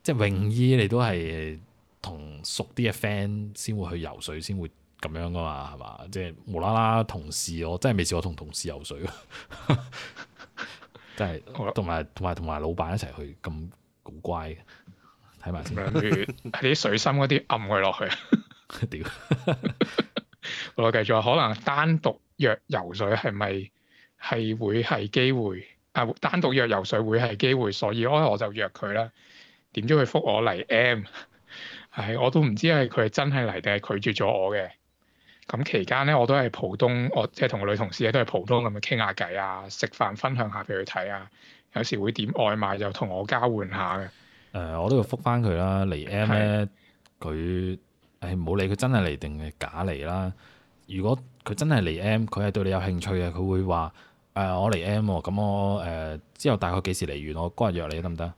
[SPEAKER 1] 即係泳衣，你都係同熟啲嘅 friend 先會去游水，先會咁樣噶嘛，係嘛？即係無啦啦同事，我真係未試過同同事游水 喎，真
[SPEAKER 2] 好啦
[SPEAKER 1] 係同埋同埋同埋老闆一齊去咁古怪嘅，睇埋先，
[SPEAKER 2] 咁樣跟住喺啲水深嗰啲暗佢落去。
[SPEAKER 1] 屌！
[SPEAKER 2] 我繼續啊話，可能單獨約游水係咪係會係機會啊？單獨約游水會係機會，所以我我就約佢啦。點知佢覆我嚟 M，唉，我都唔知係佢係真係嚟定係拒絕咗我嘅。咁期間咧，我都係普通，我即係同個女同事咧都係普通咁樣傾下偈啊，食飯分享下俾佢睇啊，有時會點外賣就同我交換下嘅。
[SPEAKER 1] 誒，呃我都要覆翻佢啦。嚟 M 咧，佢誒唔好理佢真係嚟定係假嚟啦。如果佢真係嚟 M，佢係對你有興趣嘅，佢會話誒、我嚟 M 喎，咁我誒、呃之後大概幾時嚟完，我嗰日約你得唔得？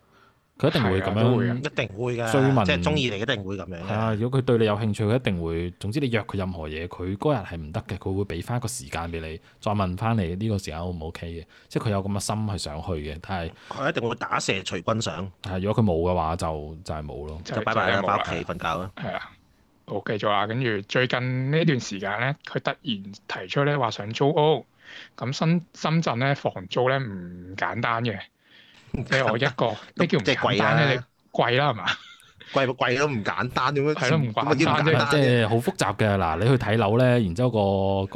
[SPEAKER 1] 佢一定會
[SPEAKER 2] 係啊
[SPEAKER 1] 咁
[SPEAKER 2] 都會嘅
[SPEAKER 1] 樣
[SPEAKER 3] 一定會㗎，
[SPEAKER 1] 追問
[SPEAKER 3] 即係中意你一定會咁樣
[SPEAKER 1] 係啊，
[SPEAKER 3] 嘅。
[SPEAKER 1] 如果佢對你有興趣，佢一定會。總之你約佢任何嘢，佢嗰日係唔得嘅，佢會俾翻個時間俾你，再問翻你呢個時間 O 唔 O K 嘅。即係佢有咁嘅心係想去嘅，但係
[SPEAKER 3] 佢一定會打蛇隨棍上，
[SPEAKER 1] 但係如果佢冇嘅話，就就係冇咯。
[SPEAKER 2] 就
[SPEAKER 3] 就拜拜
[SPEAKER 2] 就
[SPEAKER 3] 啦，
[SPEAKER 2] 係冇
[SPEAKER 3] 翻屋企瞓覺啦。
[SPEAKER 2] 係啊，好繼續啊。跟住最近呢段時間咧，佢突然提出咧話想租屋，咁深深圳咧房租咧唔簡單 嘅，即係我一個咩叫唔
[SPEAKER 3] 即係
[SPEAKER 2] 簡
[SPEAKER 3] 貴
[SPEAKER 2] 單咧？你
[SPEAKER 3] 啦，
[SPEAKER 2] 貴啦係嘛？
[SPEAKER 3] 貴貴都唔簡單咁樣，
[SPEAKER 2] 係咯唔簡單
[SPEAKER 3] 點會
[SPEAKER 2] 即
[SPEAKER 1] 即
[SPEAKER 3] 簡單啫。
[SPEAKER 1] 係好複雜嘅嗱，你去睇樓咧，然之後個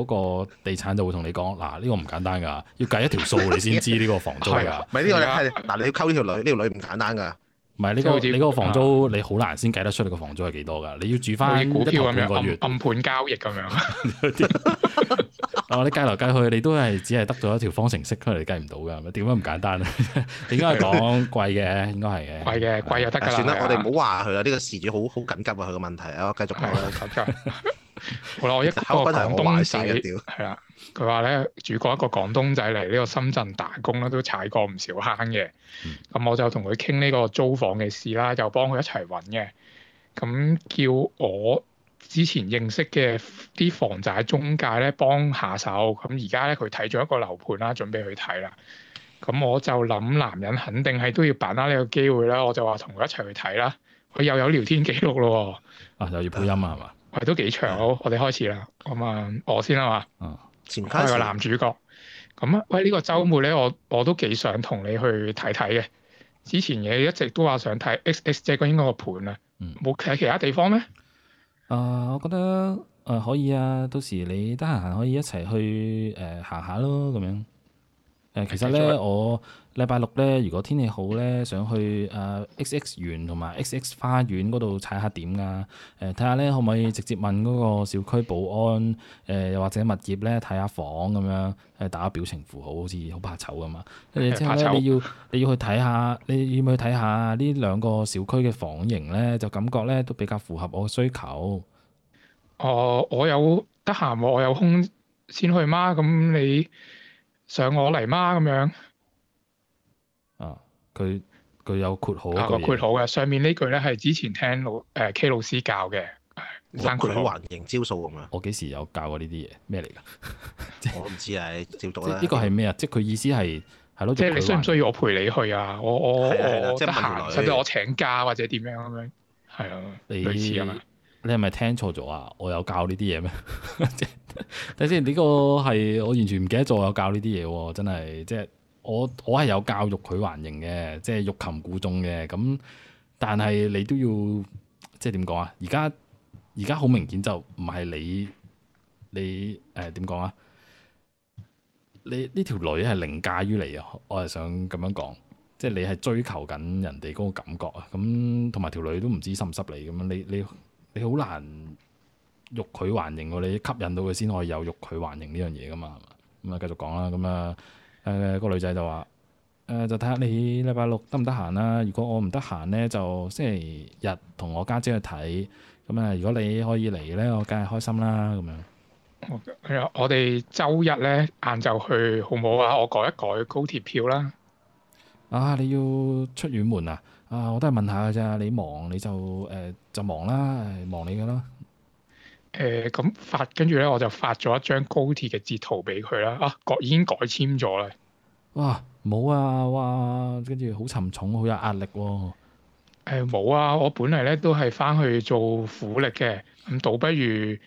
[SPEAKER 1] 嗰個地產就會同你講嗱，呢個唔簡單㗎，要計一條數你先知呢個房租
[SPEAKER 2] 係
[SPEAKER 1] 㗎
[SPEAKER 2] 啊。
[SPEAKER 3] 唔係呢個咧，係嗱你要溝呢條女，呢條女唔簡單㗎。
[SPEAKER 1] 唔係呢
[SPEAKER 2] 即係
[SPEAKER 1] 個
[SPEAKER 2] 好似
[SPEAKER 1] 你嗰個房租你好難先計得出你個房租係幾多㗎，你要住
[SPEAKER 2] 好
[SPEAKER 1] 翻
[SPEAKER 2] 似股票咁
[SPEAKER 1] 一頭半個
[SPEAKER 2] 樣
[SPEAKER 1] 月
[SPEAKER 2] 暗暗盤交易咁樣，
[SPEAKER 1] 啊！你計嚟計去，你都係只係得到一條方程式出嚟，你計唔到㗎，係咪點解咁簡單咧？ 應該係講貴嘅，應該係嘅。
[SPEAKER 2] 貴嘅貴就得㗎
[SPEAKER 3] 啊
[SPEAKER 2] 啦。
[SPEAKER 3] 算啦
[SPEAKER 2] 係，啊
[SPEAKER 3] 我哋唔好話佢啦，呢個事主好好緊急啊，佢個問題啊，繼
[SPEAKER 2] 係
[SPEAKER 3] 續講啦。
[SPEAKER 2] 啦，咁就 好啦。我一個
[SPEAKER 3] 口不係
[SPEAKER 2] 廣
[SPEAKER 3] 我
[SPEAKER 2] 東
[SPEAKER 3] 話事
[SPEAKER 2] 仔
[SPEAKER 3] 嘅屌
[SPEAKER 2] 係啦，佢話咧主角一個廣東仔嚟呢個深圳打工咧，都踩過唔少坑嘅
[SPEAKER 1] 嗯。
[SPEAKER 2] 咁我就同佢傾呢個租房嘅事啦，又幫佢一齊揾嘅。咁叫我之前認識嘅啲房寨中介咧幫下手。咁而家咧佢睇咗一個樓盤啦，準備去睇啦。咁我就諗男人肯定係都要把握呢個機會啦，我就話同佢一齊去睇啦。佢又有聊天記錄咯喎。
[SPEAKER 1] 啊，又要配音啊，係嘛？
[SPEAKER 2] 喂，都幾長好，我哋開始啦。咁啊，我先啦嘛，
[SPEAKER 1] 啊
[SPEAKER 3] 前
[SPEAKER 2] 我係個
[SPEAKER 3] 卡
[SPEAKER 2] 男主角。咁啊，喂，呢、個週末咧，我我都幾想同你去睇睇嘅。之前嘢一直都話想睇 X X 即係應該個盤啊
[SPEAKER 1] 嗯，
[SPEAKER 2] 冇睇其他地方咩？
[SPEAKER 1] 啊、我覺得誒、呃可以啊，到時你得閒可以一齊去誒、呃行下咯，咁樣。誒、其實
[SPEAKER 2] 繼
[SPEAKER 1] 咧，
[SPEAKER 2] 續
[SPEAKER 1] 我禮拜六咧，如果天氣好咧，想去誒、呃 XX 園同埋 XX 花園嗰度踩下點噶。誒睇下咧，可唔可以直接問嗰個小區保安誒、呃又或者物業咧睇下房咁樣誒打表情符號，好似好怕醜 咁啊！你之後
[SPEAKER 2] 怕
[SPEAKER 1] 咧，
[SPEAKER 2] 醜
[SPEAKER 1] 你要你要去睇下，你要唔要去睇下呢兩個小區嘅房型咧？就感覺咧都比較符合我嘅需求。
[SPEAKER 2] 哦，我有得閒喎，我有空先去嗎？咁你上我嚟嗎？咁樣
[SPEAKER 1] 啊，佢佢有括號
[SPEAKER 2] 啊個
[SPEAKER 1] 一句
[SPEAKER 2] 括
[SPEAKER 1] 嘢，
[SPEAKER 2] 號嘅上面呢句咧係之前聽老誒、K 老師教嘅，生括
[SPEAKER 3] 佢
[SPEAKER 2] 號
[SPEAKER 3] 還形招數咁啊，
[SPEAKER 1] 我幾時有教過呢啲嘢？咩嚟㗎？
[SPEAKER 3] 我唔知啊，你照讀
[SPEAKER 1] 即
[SPEAKER 3] 啦。
[SPEAKER 1] 係呢 個係咩啊？即係佢意思係係咯，
[SPEAKER 2] 即係你需唔需
[SPEAKER 1] 要？
[SPEAKER 2] 要我陪你去啊？我我我
[SPEAKER 3] 係啦係啦
[SPEAKER 2] 我
[SPEAKER 3] 即
[SPEAKER 2] 得
[SPEAKER 3] 係問條
[SPEAKER 2] 閒，
[SPEAKER 3] 女
[SPEAKER 2] 使唔使我請假或者點樣咁樣？係啊，
[SPEAKER 1] 你
[SPEAKER 2] 類似咁樣。
[SPEAKER 1] 你係咪聽錯咗啊？我有教呢啲嘢咩？ 即係睇下先，呢個係我完全唔記得咗我有教呢啲嘢喎，真係即係我我係有教育佢還形嘅，即係欲擒故縱嘅。咁但係你都要即係點講啊？而家而家好明顯就唔係你你誒點講啊？你呢條女係凌駕於你啊！我係想咁樣講。即係你係追求緊人哋嗰個感覺啊，咁同埋條女都唔知心唔濕你咁樣，你你你好難欲拒還形喎，你吸引到佢先可以有欲拒還形呢樣嘢噶嘛，係嘛？咁啊繼續講啦，咁啊誒個女仔就話誒、就睇下你禮拜六得唔得閒啦，如果我唔得閒咧，就星期日同我家姐去睇，咁啊如果你可以嚟咧，我梗係開心啦咁樣。
[SPEAKER 2] 我啊我哋周日咧晏晝去好唔好啊？我改一改高鐵票啦。
[SPEAKER 1] 啊，你要出遠門啊？啊，我都係問下㗎咋，你忙你就誒、就忙啦，誒忙你噶啦。
[SPEAKER 2] 誒咁發，跟住咧我就發咗一張高鐵嘅截圖俾佢啦。啊，改已經改簽咗啦。
[SPEAKER 1] 哇，冇啊，哇，跟住好沉重，好有壓力喎、
[SPEAKER 2] 誒冇啊，我本嚟咧都係翻去做苦力嘅，咁倒不如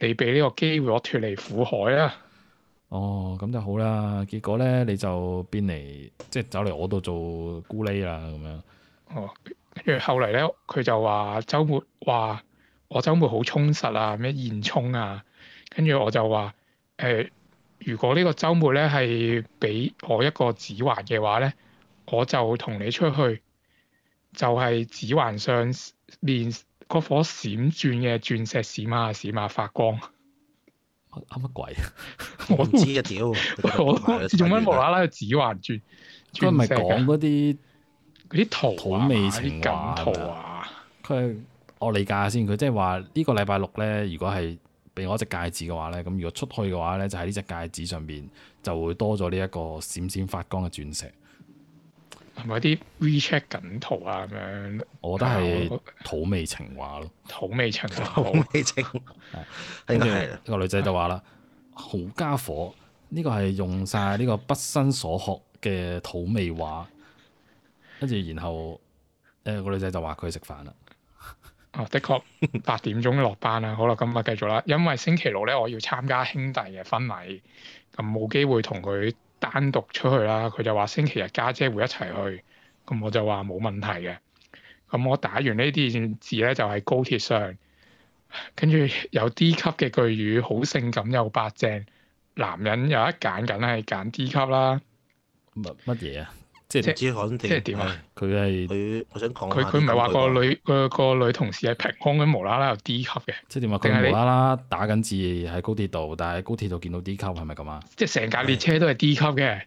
[SPEAKER 2] 你俾呢個機會我脱離苦海啊啦。
[SPEAKER 1] 哦，咁就好啦。結果咧，你就變嚟即係走嚟我度做咕喱啦，咁樣。
[SPEAKER 2] 哦，跟住後嚟咧，佢就話週末話我週末好充實啊，咩現充啊，跟住我就話誒、如果呢個週末咧係俾我一個指環嘅話咧，我就同你出去，就係、指環上面嗰顆閃轉嘅鑽石閃下閃下發 光，
[SPEAKER 1] 啊乜鬼？
[SPEAKER 2] 我
[SPEAKER 3] 唔
[SPEAKER 2] 都
[SPEAKER 3] 知啊，屌！
[SPEAKER 2] 我都唔知做乜無啦啦指環轉
[SPEAKER 1] 佢唔
[SPEAKER 2] 鑽
[SPEAKER 1] 係
[SPEAKER 2] 石㗎
[SPEAKER 1] 講嗰啲
[SPEAKER 2] 嗰啲圖啊，
[SPEAKER 1] 土味情
[SPEAKER 2] 啲
[SPEAKER 1] 話
[SPEAKER 2] 梗圖啊，
[SPEAKER 1] 佢我理解下先，佢即係話呢個禮拜六咧，如果係俾我一隻戒指嘅話咧，咁如果出去嘅話咧，就喺呢隻戒指上邊就會多咗呢一個閃閃發光嘅鑽石。
[SPEAKER 2] 係咪啲 WeChat 梗圖啊咁樣
[SPEAKER 1] 我覺得
[SPEAKER 2] 啊
[SPEAKER 1] 係
[SPEAKER 2] 我
[SPEAKER 1] 土味情話咯。
[SPEAKER 2] 土味情話
[SPEAKER 3] 好
[SPEAKER 2] 圖？
[SPEAKER 3] 味精，應該係啦。
[SPEAKER 1] 個女仔就話啦：好家伙，呢、個係用晒呢個畢生所學嘅土味話。跟住然後誒個女仔就話佢食飯啦。
[SPEAKER 2] 哦，的確八點鐘落班啦。好啦，咁啊繼續啦。因為星期六咧，我要參加兄弟嘅婚禮，咁冇機會同佢單獨出去啦。佢就話星期日家姐會一齊去，咁我就話冇問題嘅。咁我打完呢啲字咧，就係、高鐵上，跟住有 D 級嘅句語，好性感又白淨。男人有一揀，梗係揀 D 級啦。
[SPEAKER 1] 乜乜嘢啊？即
[SPEAKER 3] 唔
[SPEAKER 1] 係
[SPEAKER 3] 知講
[SPEAKER 2] 即係點啊？
[SPEAKER 1] 佢係
[SPEAKER 3] 佢我想講
[SPEAKER 2] 佢
[SPEAKER 3] 下
[SPEAKER 2] 佢唔係話
[SPEAKER 3] 啲
[SPEAKER 2] 個
[SPEAKER 3] 金句喎
[SPEAKER 2] 女個個女同事係平胸咁無啦啦有 D 級嘅。
[SPEAKER 1] 即係點啊？
[SPEAKER 2] 定係
[SPEAKER 1] 佢
[SPEAKER 2] 你
[SPEAKER 1] 無啦啦打緊字喺高鐵度，但係高鐵度見到 D 級係咪咁啊？
[SPEAKER 2] 即係成架列車都係 D 級嘅，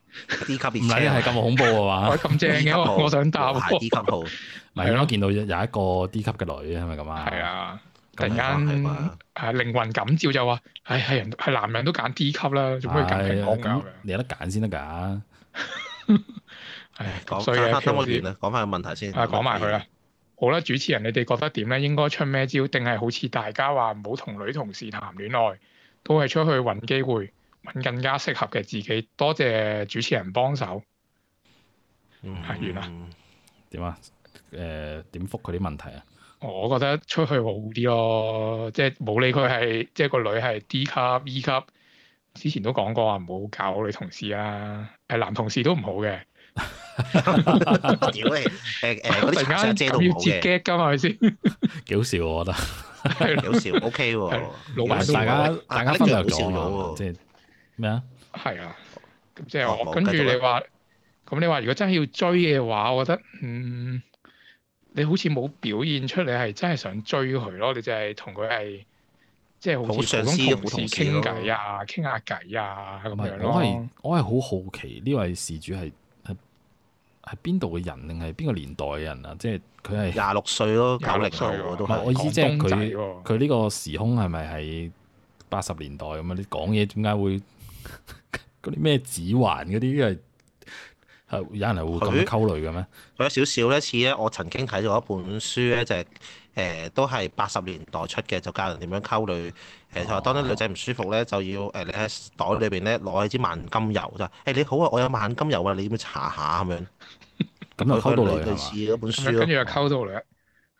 [SPEAKER 3] D 級列
[SPEAKER 1] 唔係係
[SPEAKER 3] 車
[SPEAKER 1] 咁恐怖啊
[SPEAKER 2] 我
[SPEAKER 1] 嘛？
[SPEAKER 2] 咁正
[SPEAKER 3] D 級
[SPEAKER 2] 嘅，
[SPEAKER 3] 號
[SPEAKER 2] 我我想答
[SPEAKER 3] 和諧
[SPEAKER 2] 喎。
[SPEAKER 3] D 級號，
[SPEAKER 1] 唔係應該見到有一個 D 級嘅女係咪咁啊？
[SPEAKER 2] 係，啊，突然
[SPEAKER 3] 咁係
[SPEAKER 2] 間
[SPEAKER 3] 嘛
[SPEAKER 2] 係靈魂感召就話：，唉，係人係男人都揀 D 級啦，做咩揀
[SPEAKER 1] 係
[SPEAKER 2] 平
[SPEAKER 1] 啊
[SPEAKER 2] 胸啊
[SPEAKER 1] 咁？你有得揀先得㗎。
[SPEAKER 2] 唉，咁
[SPEAKER 3] 啊講
[SPEAKER 2] 所以
[SPEAKER 3] 講
[SPEAKER 2] 嘅票
[SPEAKER 3] 翻等我完
[SPEAKER 2] 子
[SPEAKER 3] 啦，講翻個問題先。
[SPEAKER 2] 啊，講埋佢啦。好啦，主持人，你哋覺得點咧？應該出咩招？定係好似大家話唔好同女同事談戀愛，都係出去揾機會，揾更加適合嘅自己。多謝主持人幫手。
[SPEAKER 3] 嗯，
[SPEAKER 2] 係完啦
[SPEAKER 1] 點啊？誒點覆佢啲問題啊？
[SPEAKER 2] 我覺得出去好啲咯，即係冇理佢係即係個女係 D 級、E 級。之前都講過話唔好搞女同事啊，誒男同事都唔好嘅。
[SPEAKER 3] 屌你，誒誒嗰
[SPEAKER 2] 突
[SPEAKER 3] 啲茶
[SPEAKER 2] 然間
[SPEAKER 3] 聲遮
[SPEAKER 2] 咁
[SPEAKER 3] 到唔
[SPEAKER 2] 要
[SPEAKER 3] 好
[SPEAKER 2] 接
[SPEAKER 3] 嘅，
[SPEAKER 2] g 㗎嘛，係咪先？
[SPEAKER 1] 幾好笑我覺得。
[SPEAKER 2] 係 啦，
[SPEAKER 3] 有時 OK
[SPEAKER 2] 係
[SPEAKER 3] 喎。
[SPEAKER 2] 老闆都
[SPEAKER 1] 大家
[SPEAKER 3] 啊
[SPEAKER 1] 大家
[SPEAKER 3] 拎
[SPEAKER 1] 分
[SPEAKER 3] 住
[SPEAKER 1] 略
[SPEAKER 3] 好笑
[SPEAKER 1] 咗嘛
[SPEAKER 3] 咗，
[SPEAKER 1] 即係咩啊？
[SPEAKER 2] 係啊。咁即係
[SPEAKER 3] 哦
[SPEAKER 2] 我
[SPEAKER 3] 冇
[SPEAKER 2] 跟住
[SPEAKER 3] 繼續啦
[SPEAKER 2] 你話，咁你話如果真係要追嘅話，我覺得嗯，你好似冇表現出你係真係想追佢咯，你就係同佢係即係好
[SPEAKER 3] 好
[SPEAKER 2] 似
[SPEAKER 3] 上
[SPEAKER 2] 普
[SPEAKER 3] 司
[SPEAKER 2] 通同
[SPEAKER 3] 好
[SPEAKER 2] 事
[SPEAKER 3] 同事
[SPEAKER 2] 傾
[SPEAKER 3] 咯
[SPEAKER 2] 偈啊，傾下偈啊咁
[SPEAKER 1] 唔
[SPEAKER 2] 樣
[SPEAKER 1] 係，
[SPEAKER 2] 咯。
[SPEAKER 1] 我係我係好好奇呢位事主係係係邊度嘅人，定係邊個年代嘅人啊？即係佢係
[SPEAKER 3] 廿六歲咯，九
[SPEAKER 2] 廿六
[SPEAKER 3] 零
[SPEAKER 2] 歲
[SPEAKER 3] 後
[SPEAKER 2] 喎
[SPEAKER 3] 喎都
[SPEAKER 1] 唔係我
[SPEAKER 3] 係
[SPEAKER 1] 意思即係
[SPEAKER 2] 廣東仔
[SPEAKER 1] 佢
[SPEAKER 2] 喎
[SPEAKER 1] 佢呢個時空係咪係八十年代咁啊？你講嘢點解會 嗰啲咩指環嗰啲係係有人係會咁
[SPEAKER 3] 佢
[SPEAKER 1] 溝女嘅咩？
[SPEAKER 3] 佢有少少咧似咧，我曾經睇咗一本書咧，就係誒都係八十年代出嘅，就教人點樣溝女。誒佢
[SPEAKER 2] 哦
[SPEAKER 3] 話當啲女仔唔舒服咧，就要誒你喺袋裏邊咧攞起支萬金油就話誒你好啊，我有萬金油啊，你要唔要搽下咁樣？
[SPEAKER 1] 咁就溝到女係
[SPEAKER 3] 類
[SPEAKER 1] 嘛
[SPEAKER 3] 似？嗰本書
[SPEAKER 2] 咁
[SPEAKER 3] 咯
[SPEAKER 2] 啊跟。住又溝到女，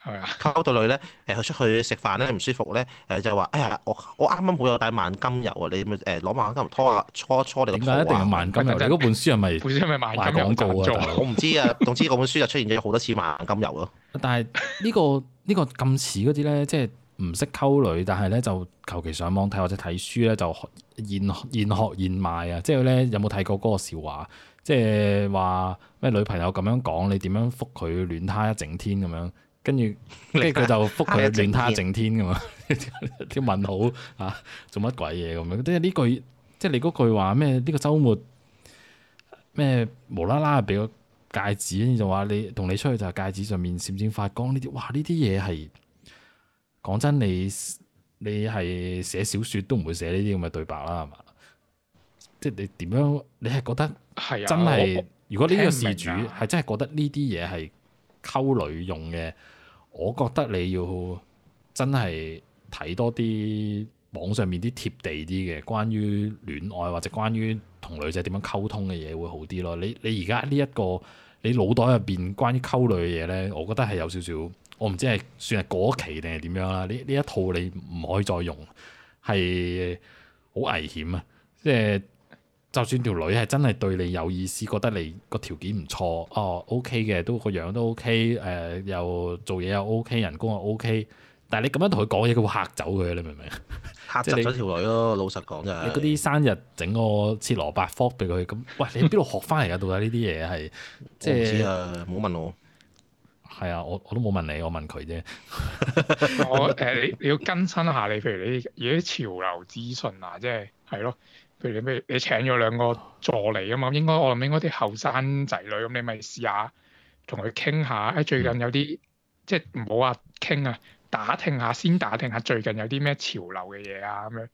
[SPEAKER 2] 係咪啊？
[SPEAKER 3] 溝到女咧，誒佢出去食飯咧唔舒服咧，誒就話：哎呀，我我啱啱好有帶萬金油啊，你咪誒攞萬金油拖下搓一搓你個
[SPEAKER 1] 點
[SPEAKER 3] 肚
[SPEAKER 1] 解一定要
[SPEAKER 3] 啊！
[SPEAKER 1] 萬金油？
[SPEAKER 2] 喂
[SPEAKER 1] 你
[SPEAKER 2] 等陣
[SPEAKER 1] 嗰本書係咪？
[SPEAKER 2] 本身咪賣金
[SPEAKER 1] 賣廣告
[SPEAKER 2] 油
[SPEAKER 1] 啊
[SPEAKER 2] 贊
[SPEAKER 1] 大佬
[SPEAKER 2] 助，
[SPEAKER 3] 我唔知啊，總之嗰本書就出現咗好多次萬金油咯。
[SPEAKER 1] 但係呢、個呢、個咁似嗰啲咧，即係唔識溝女，但係咧就求其上網睇或者睇書咧就學現現學現賣啊！即係咧有冇睇過嗰個笑話？即係話咩女朋友咁樣講，你點樣覆佢戀他一整天咁樣？跟住跟住佢就覆佢戀他一整天咁啊！ 啲問號啊，做乜鬼嘢咁樣？即係呢句，即係你嗰句話咩？呢、個週末咩無啦啦俾個戒指，跟住就話你同你出去就係戒指上面閃閃發光呢啲，哇！呢啲嘢係講真，你你係寫小説都唔會寫呢啲咁嘅對白啦，係嘛？即係你點樣？你係覺得
[SPEAKER 2] 係啊，
[SPEAKER 1] 真係
[SPEAKER 2] 我，
[SPEAKER 1] 如果呢個
[SPEAKER 2] 聽唔
[SPEAKER 1] 事主
[SPEAKER 2] 明啊
[SPEAKER 1] 係真係覺得呢啲嘢係溝女用嘅，我覺得你要真係睇多啲網上面啲貼地啲嘅關於戀愛或者關於同女仔點樣溝通嘅嘢會好啲咯。你你而家呢一個你腦袋入邊關於溝女嘅嘢呢，我覺得係有少少，我唔知係算係過期定係點樣啦。呢呢一套你唔可以再用，係好危險啊！即係就算條女係真係對你有意思，覺得你個條件唔錯，哦 OK 嘅，都個樣都 OK，誒、又做嘢又 OK，人工又 OK，但係你咁樣同佢講嘢，佢會嚇走佢，你明唔明？
[SPEAKER 3] 嚇窒咗條女咯，老實講就
[SPEAKER 1] 你嗰
[SPEAKER 3] 係。
[SPEAKER 1] 啲生日整個切蘿蔔科俾佢，咁喂你喺邊度學翻嚟㗎？到底呢啲嘢係即
[SPEAKER 3] 我唔知
[SPEAKER 1] 係
[SPEAKER 3] 啊，唔好問我。
[SPEAKER 1] 係啊？我我都冇問你，我問佢啫。
[SPEAKER 2] 我誒你你要更新下你，譬如你而家潮流資訊啊，即係係咯，譬如你咩你請咗兩個助理啊嘛，應該我諗應該啲後生仔女咁，你咪試下同佢傾下，誒最近有
[SPEAKER 1] 嗯
[SPEAKER 2] 啲即係唔好話傾啊，打聽下先打聽下最近有啲咩潮流嘅嘢啊咁樣，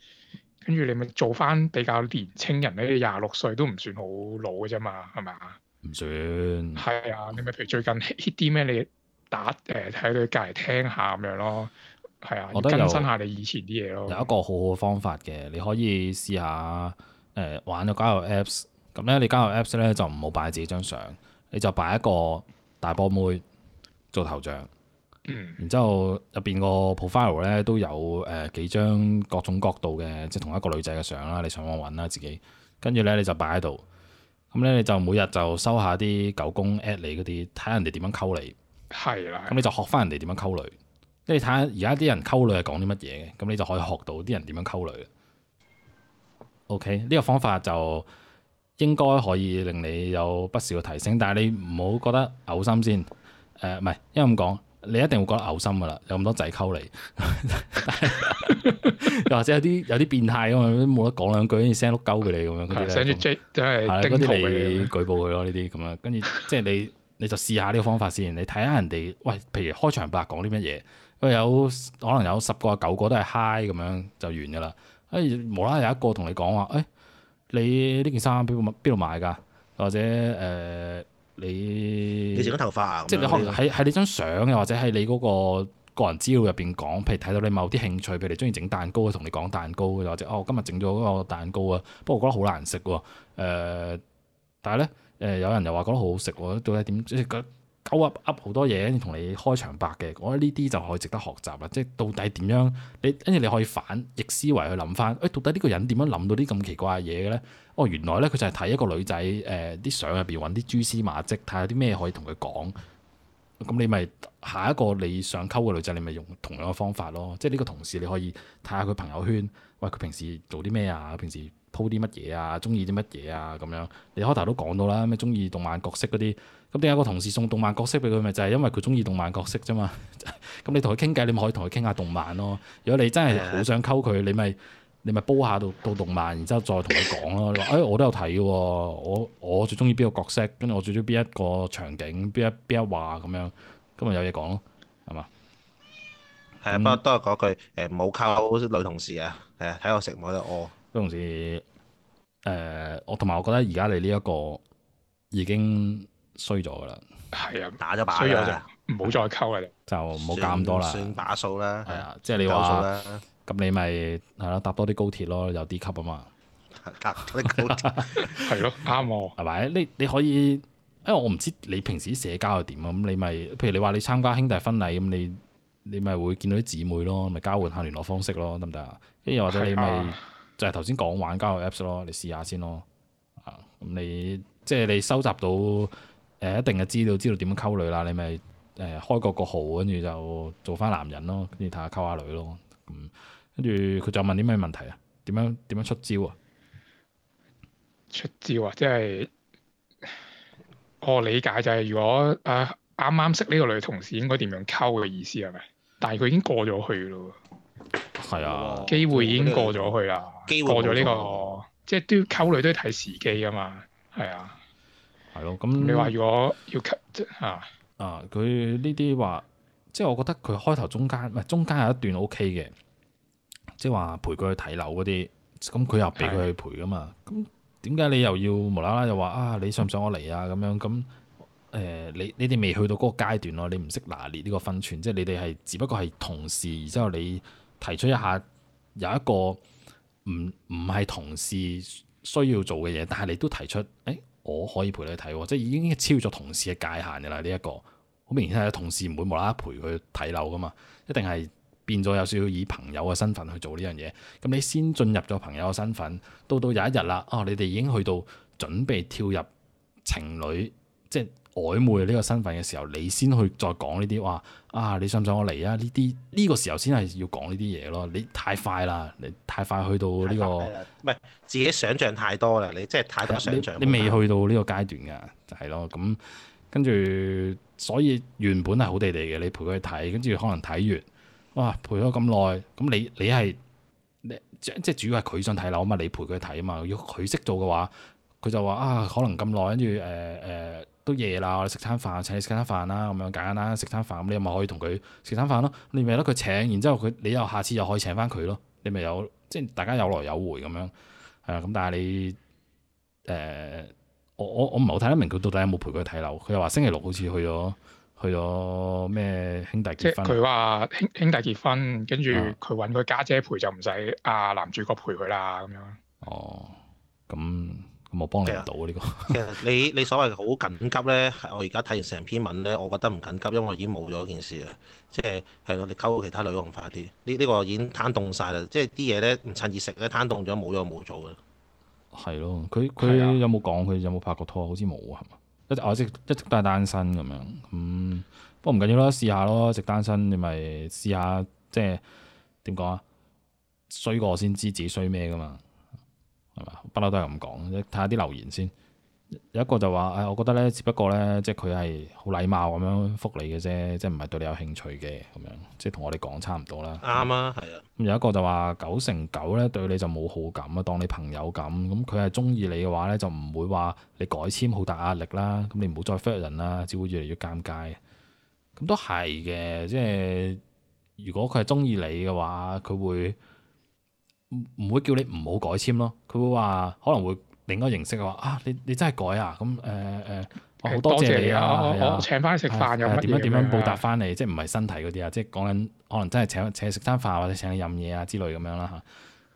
[SPEAKER 2] 跟住你咪做翻比較年青人咧，你廿六歲都唔算好老嘅啫嘛，係咪啊？
[SPEAKER 1] 唔算。
[SPEAKER 2] 係啊，你咪譬如最近 hit 啲咩，你打誒喺佢隔離聽下咁樣咯，係啊，
[SPEAKER 1] 我
[SPEAKER 2] 要
[SPEAKER 1] 覺得有
[SPEAKER 2] 更新下你以前啲嘢咯。
[SPEAKER 1] 有一個好好嘅方法嘅，你可以試下誒、呃玩個交友 Apps。咁咧，你交友 Apps 咧就唔好擺自己張相，你就擺一個大波妹做頭像，
[SPEAKER 2] 嗯
[SPEAKER 1] 然之後入邊個 profile 咧都有誒、呃、幾張各種角度嘅，即係同一個女仔嘅相啦。你上網揾啦自己，跟住咧你就擺喺度。咁咧你就每日就收下啲狗公 at 你嗰啲，睇下人哋點樣溝你。
[SPEAKER 2] 係啦
[SPEAKER 1] 咁，你就學翻人哋點樣溝女，即係睇下而家啲人溝女係講啲乜嘢嘅，咁你就可以學到啲人點樣溝女啦。OK，呢個方法就應該可以令你有不少嘅提升，但係你唔好覺得嘔心先。誒、唔係，因為咁講，你一定會覺得嘔心噶啦，有咁多仔溝你， 但係又或者有啲有啲變態咁樣，冇得講兩句，跟住 send 碌鳩俾你咁樣嗰啲
[SPEAKER 2] 係
[SPEAKER 1] 咧
[SPEAKER 2] 寫住
[SPEAKER 1] 咁
[SPEAKER 2] J 即
[SPEAKER 1] 係啦
[SPEAKER 2] 係
[SPEAKER 1] 嗰
[SPEAKER 2] 叮圖
[SPEAKER 1] 啲
[SPEAKER 2] 嘅
[SPEAKER 1] 你。舉報佢咯，呢啲咁樣，跟住即係你你就試下呢個方法先，你睇下人哋，喂，譬如開場白講啲乜嘢，喂有可能有十個九個都係 hi 咁樣就完噶啦，誒、無啦啦有一個同你講話，誒、你呢件衫邊度買邊度買㗎，或者誒、呃你
[SPEAKER 3] 你剪咗頭髮啊？
[SPEAKER 1] 嗯即係你可能喺喺你張相，又或者喺你嗰個個人資料入邊講，譬如睇到你某啲興趣，譬如你中意整蛋糕，同你講蛋糕，又或者哦，今日整咗嗰個蛋糕啊，不過我覺得好難食喎、呃但係咧誒，有人又話覺得好好食喎，到底點即係覺鳩噏噏好多嘢，跟住同你開場白嘅，我覺得呢啲就可以值得學習啦。即係到底點樣你跟住你可以反逆思維去諗翻，誒、到底呢個人點樣諗到啲咁奇怪嘅嘢嘅咧？哦，原來咧佢就係睇一個女仔誒啲相入邊揾啲蛛絲馬跡，睇下啲咩可以同佢講。咁你咪下一個你想溝嘅女仔，你咪用同樣嘅方法咯。即係呢個同事你可以睇下佢朋友圈，喂佢平時做啲咩啊？平時 po 啲乜嘢啊？中意啲乜嘢啊？咁樣你開頭都講到啦，咩中意動漫角色嗰啲。咁點解個同事送動漫角色俾佢，咪就係因為佢中意動漫角色啫嘛。咁你同佢傾偈，你咪可以同佢傾下動漫咯。如果你真係好想溝佢，你咪你咪煲下到到動漫，然之後再同佢講咯。你話誒、哎我都有睇喎，我我最中意邊個角色，跟住我最中意邊一個場景，邊一邊一話咁樣，咁咪有嘢講咯，係嘛？
[SPEAKER 3] 係
[SPEAKER 1] 嗯
[SPEAKER 3] 啊，不過都係嗰句誒，唔好溝女同事啊，係啊，睇我食唔喺度
[SPEAKER 1] 都同時誒、我同埋我覺得而家你呢一個已經衰咗噶啦，
[SPEAKER 2] 係啊
[SPEAKER 3] 餓，，打咗把
[SPEAKER 2] 所以我就
[SPEAKER 3] 啦，
[SPEAKER 2] 唔好再溝啦。
[SPEAKER 1] 就唔好搞咁多啦。
[SPEAKER 3] 算把數啦，
[SPEAKER 1] 係
[SPEAKER 3] 係啊，
[SPEAKER 1] 啊，即係你
[SPEAKER 3] 夠數
[SPEAKER 1] 話
[SPEAKER 3] 啦，
[SPEAKER 1] 咁，你咪係咯，搭多啲高鐵咯，有 D 級啊嘛。
[SPEAKER 3] 搭啲 高鐵
[SPEAKER 2] 係咯，啱喎。
[SPEAKER 1] 係咪？你你可以，因為我唔知你平時啲社交係點啊，咁你咪，譬如你話你參加兄弟婚禮咁，你你咪會見到啲姊妹咯，咪交換下聯絡方式咯，得唔得啊？跟住又或者你
[SPEAKER 2] 係
[SPEAKER 1] 咪
[SPEAKER 2] 啊
[SPEAKER 1] 就係頭先講玩交友 Apps 咯，你試下先咯。啊，咁你即係你收集到誒、一定嘅資料，知道點樣溝女啦，你咪誒、呃開個個號，跟住就做翻男人咯，跟住睇下溝下女咯。咁跟住佢就問啲咩問題啊？點樣點樣出招啊？
[SPEAKER 2] 出招啊，即係我理解就係如果啊啱啱識呢個女同事應該點樣溝嘅意思係咪？但係佢已經過咗去咯，
[SPEAKER 1] 哦係啊。
[SPEAKER 3] 哦
[SPEAKER 2] 機會已經過咗去啦，
[SPEAKER 3] 機會冇
[SPEAKER 2] 過咗呢
[SPEAKER 3] 錯
[SPEAKER 2] 個，即係都要溝女都要睇時機啊嘛。係啊，
[SPEAKER 1] 係咯，咁
[SPEAKER 2] 你話如果要溝即啊，
[SPEAKER 1] 啊，佢呢啲話，即係我覺得佢開頭中間唔係中間有一段 O K 嘅，即係話陪佢去睇樓嗰啲，咁佢又俾佢去陪噶嘛。咁點解你又要無啦啦又話啊你想唔想我嚟啊咁樣咁？誒、你你哋未去到嗰個階段咯，你唔識拿捏呢個分寸，即係你哋係只不過係同事，然之後你提出一下有一個唔唔係同事需要做嘅嘢，但係你都提出，誒、我可以陪你睇喎，即係已經超咗同事嘅界限嘅啦。呢、一個好明顯係同事唔會無啦啦陪佢睇樓噶嘛，一定係變咗有少少以朋友嘅身份去做呢樣嘢。咁你先進入咗朋友嘅身份，到到有一日啦，哦，你哋已經去到準備跳入情侶即係曖昧呢個身份嘅時候，你先去再講呢啲話啊，你想唔想我嚟啊？呢啲呢個時候先係要講呢啲嘢咯。你太快啦，你太快去到呢、個。
[SPEAKER 3] 係啦唔係自己想像太多啦，你即係太多想像，
[SPEAKER 1] 啊你你未去到呢個階段㗎，就係咯。咁跟住，所以原本係好地地嘅，你陪佢去睇，跟住可能睇完，哇，陪咗咁耐，咁你你係你即即主要係佢想睇樓啊嘛，你陪佢睇啊嘛。如果佢識做嘅話，佢就話啊，可能咁耐，跟住誒誒都夜啦，我哋食餐飯，請你食餐飯啦，咁樣簡單啦，食餐飯咁你咪可以同佢食餐飯咯。你咪得佢請，然之後佢你又下次又可以請翻佢咯。你咪有即係大家有來有回咁樣，係啊。咁但係你誒、呃我我我唔係好睇得明佢到底有冇陪佢睇樓。佢又話星期六好似去咗去咗咩兄弟
[SPEAKER 2] 即係
[SPEAKER 1] 結婚，
[SPEAKER 2] 佢話兄兄弟結婚，跟住
[SPEAKER 1] 啊
[SPEAKER 2] 佢揾佢家姐陪就唔使啊男主角陪佢啦咁樣。
[SPEAKER 1] 哦，咁咁我幫你唔到啊呢個。
[SPEAKER 3] 其實你你所謂好緊急咧，係我而家睇完成篇文咧，我覺得唔緊急，因為我已經冇咗件事啦。即係係咯，你溝其他女仲快啲。呢、呢個已經攤凍晒啦，即係啲嘢咧唔趁熱食咧攤凍咗，冇咗冇做嘅。
[SPEAKER 1] 係咯，佢佢
[SPEAKER 2] 係啊
[SPEAKER 1] 有冇講佢有冇拍過拖？好似冇啊，係嘛？一直我一直一直都係單身咁樣，咁、不過唔緊要啦，試下咯，一直單身你咪試下，即係點講啊？衰過先知自己衰咩噶嘛，係嘛？不嬲都係咁講，你睇下啲留言先。有一個就話：，誒、啊我覺得咧，只不過咧，即係佢係好禮貌咁樣覆你嘅啫，即係唔係對你有興趣嘅咁樣，即係同我哋講差唔多啦。
[SPEAKER 3] 啱啊，係啊，
[SPEAKER 1] 咁有一個就話九成九咧對你就冇好感啊，當你朋友咁。咁佢係中意你嘅話咧，就唔會話你改簽好大壓力啦。咁你唔好再 fit 人啦，只會越嚟越尷尬。咁都係嘅，即係如果佢係中意你嘅話，佢會唔唔會叫你唔好改簽咯？佢會話可能會另一個形式話啊，你你真係改啊？咁誒誒，我好多謝你啊！
[SPEAKER 2] 我
[SPEAKER 1] 係
[SPEAKER 2] 我
[SPEAKER 1] 啊
[SPEAKER 2] 我請翻你食飯又
[SPEAKER 1] 係係
[SPEAKER 2] 乜嘢啊
[SPEAKER 1] 點樣點樣
[SPEAKER 2] 咁
[SPEAKER 1] 報答翻你，即係唔係身體嗰啲啊，即係講緊可能真係請請你食餐飯或者請你飲嘢啊之類咁樣啦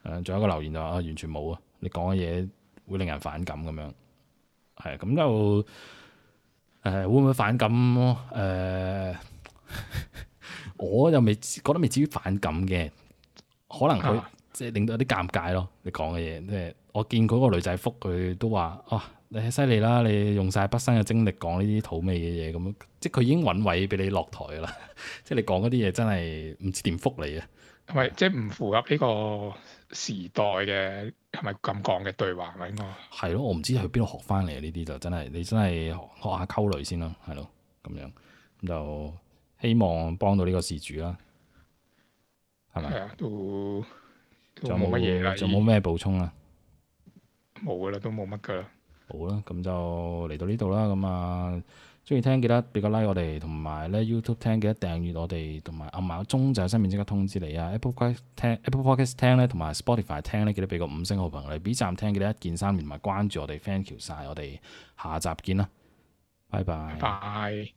[SPEAKER 1] 嚇。誒，仲有一個留言就話啊，完全冇啊，你講嘅嘢會令人反感咁樣。係咁就誒、呃會唔會反感？誒、 我又未知覺得未至於反感嘅，可能佢
[SPEAKER 2] 啊
[SPEAKER 1] 即係令到有啲尷尬咯。你講嘅嘢，即係我見佢嗰個女仔覆佢都話：哦、你犀利啦！你用晒畢生嘅精力講呢啲土味嘅嘢咁樣，即係佢已經揾位俾你落台㗎啦。 即係你講嗰啲嘢真係唔知點覆你啊！
[SPEAKER 2] 係咪即係唔符合呢個時代嘅係咪咁講嘅對話係咪應該？
[SPEAKER 1] 係咯，我唔知去邊度學翻嚟啊呢啲就真係你真係學學下溝女先啦，係咯，咁樣咁就希望幫到呢個事主啦，係咪？
[SPEAKER 2] 係啊，都都
[SPEAKER 1] 仲有
[SPEAKER 2] 冇乜嘢啦，
[SPEAKER 1] 仲有冇咩補充啊？
[SPEAKER 2] 冇噶啦，都冇乜噶啦。
[SPEAKER 1] 好啦，咁就嚟到呢度啦。咁啊，中意聽記得俾個 like 我哋，同埋咧 YouTube 聽記得訂閱我哋，同埋暗埋個鐘就有新片即刻通知你啊。Apple Podcast 聽 Apple Podcast 聽咧，同埋 Spotify 聽咧，記得俾個五星好評我哋。B 站聽記得一鍵三連，同埋關注我哋 Thank you 晒，我哋下集見啦，拜拜
[SPEAKER 2] 拜。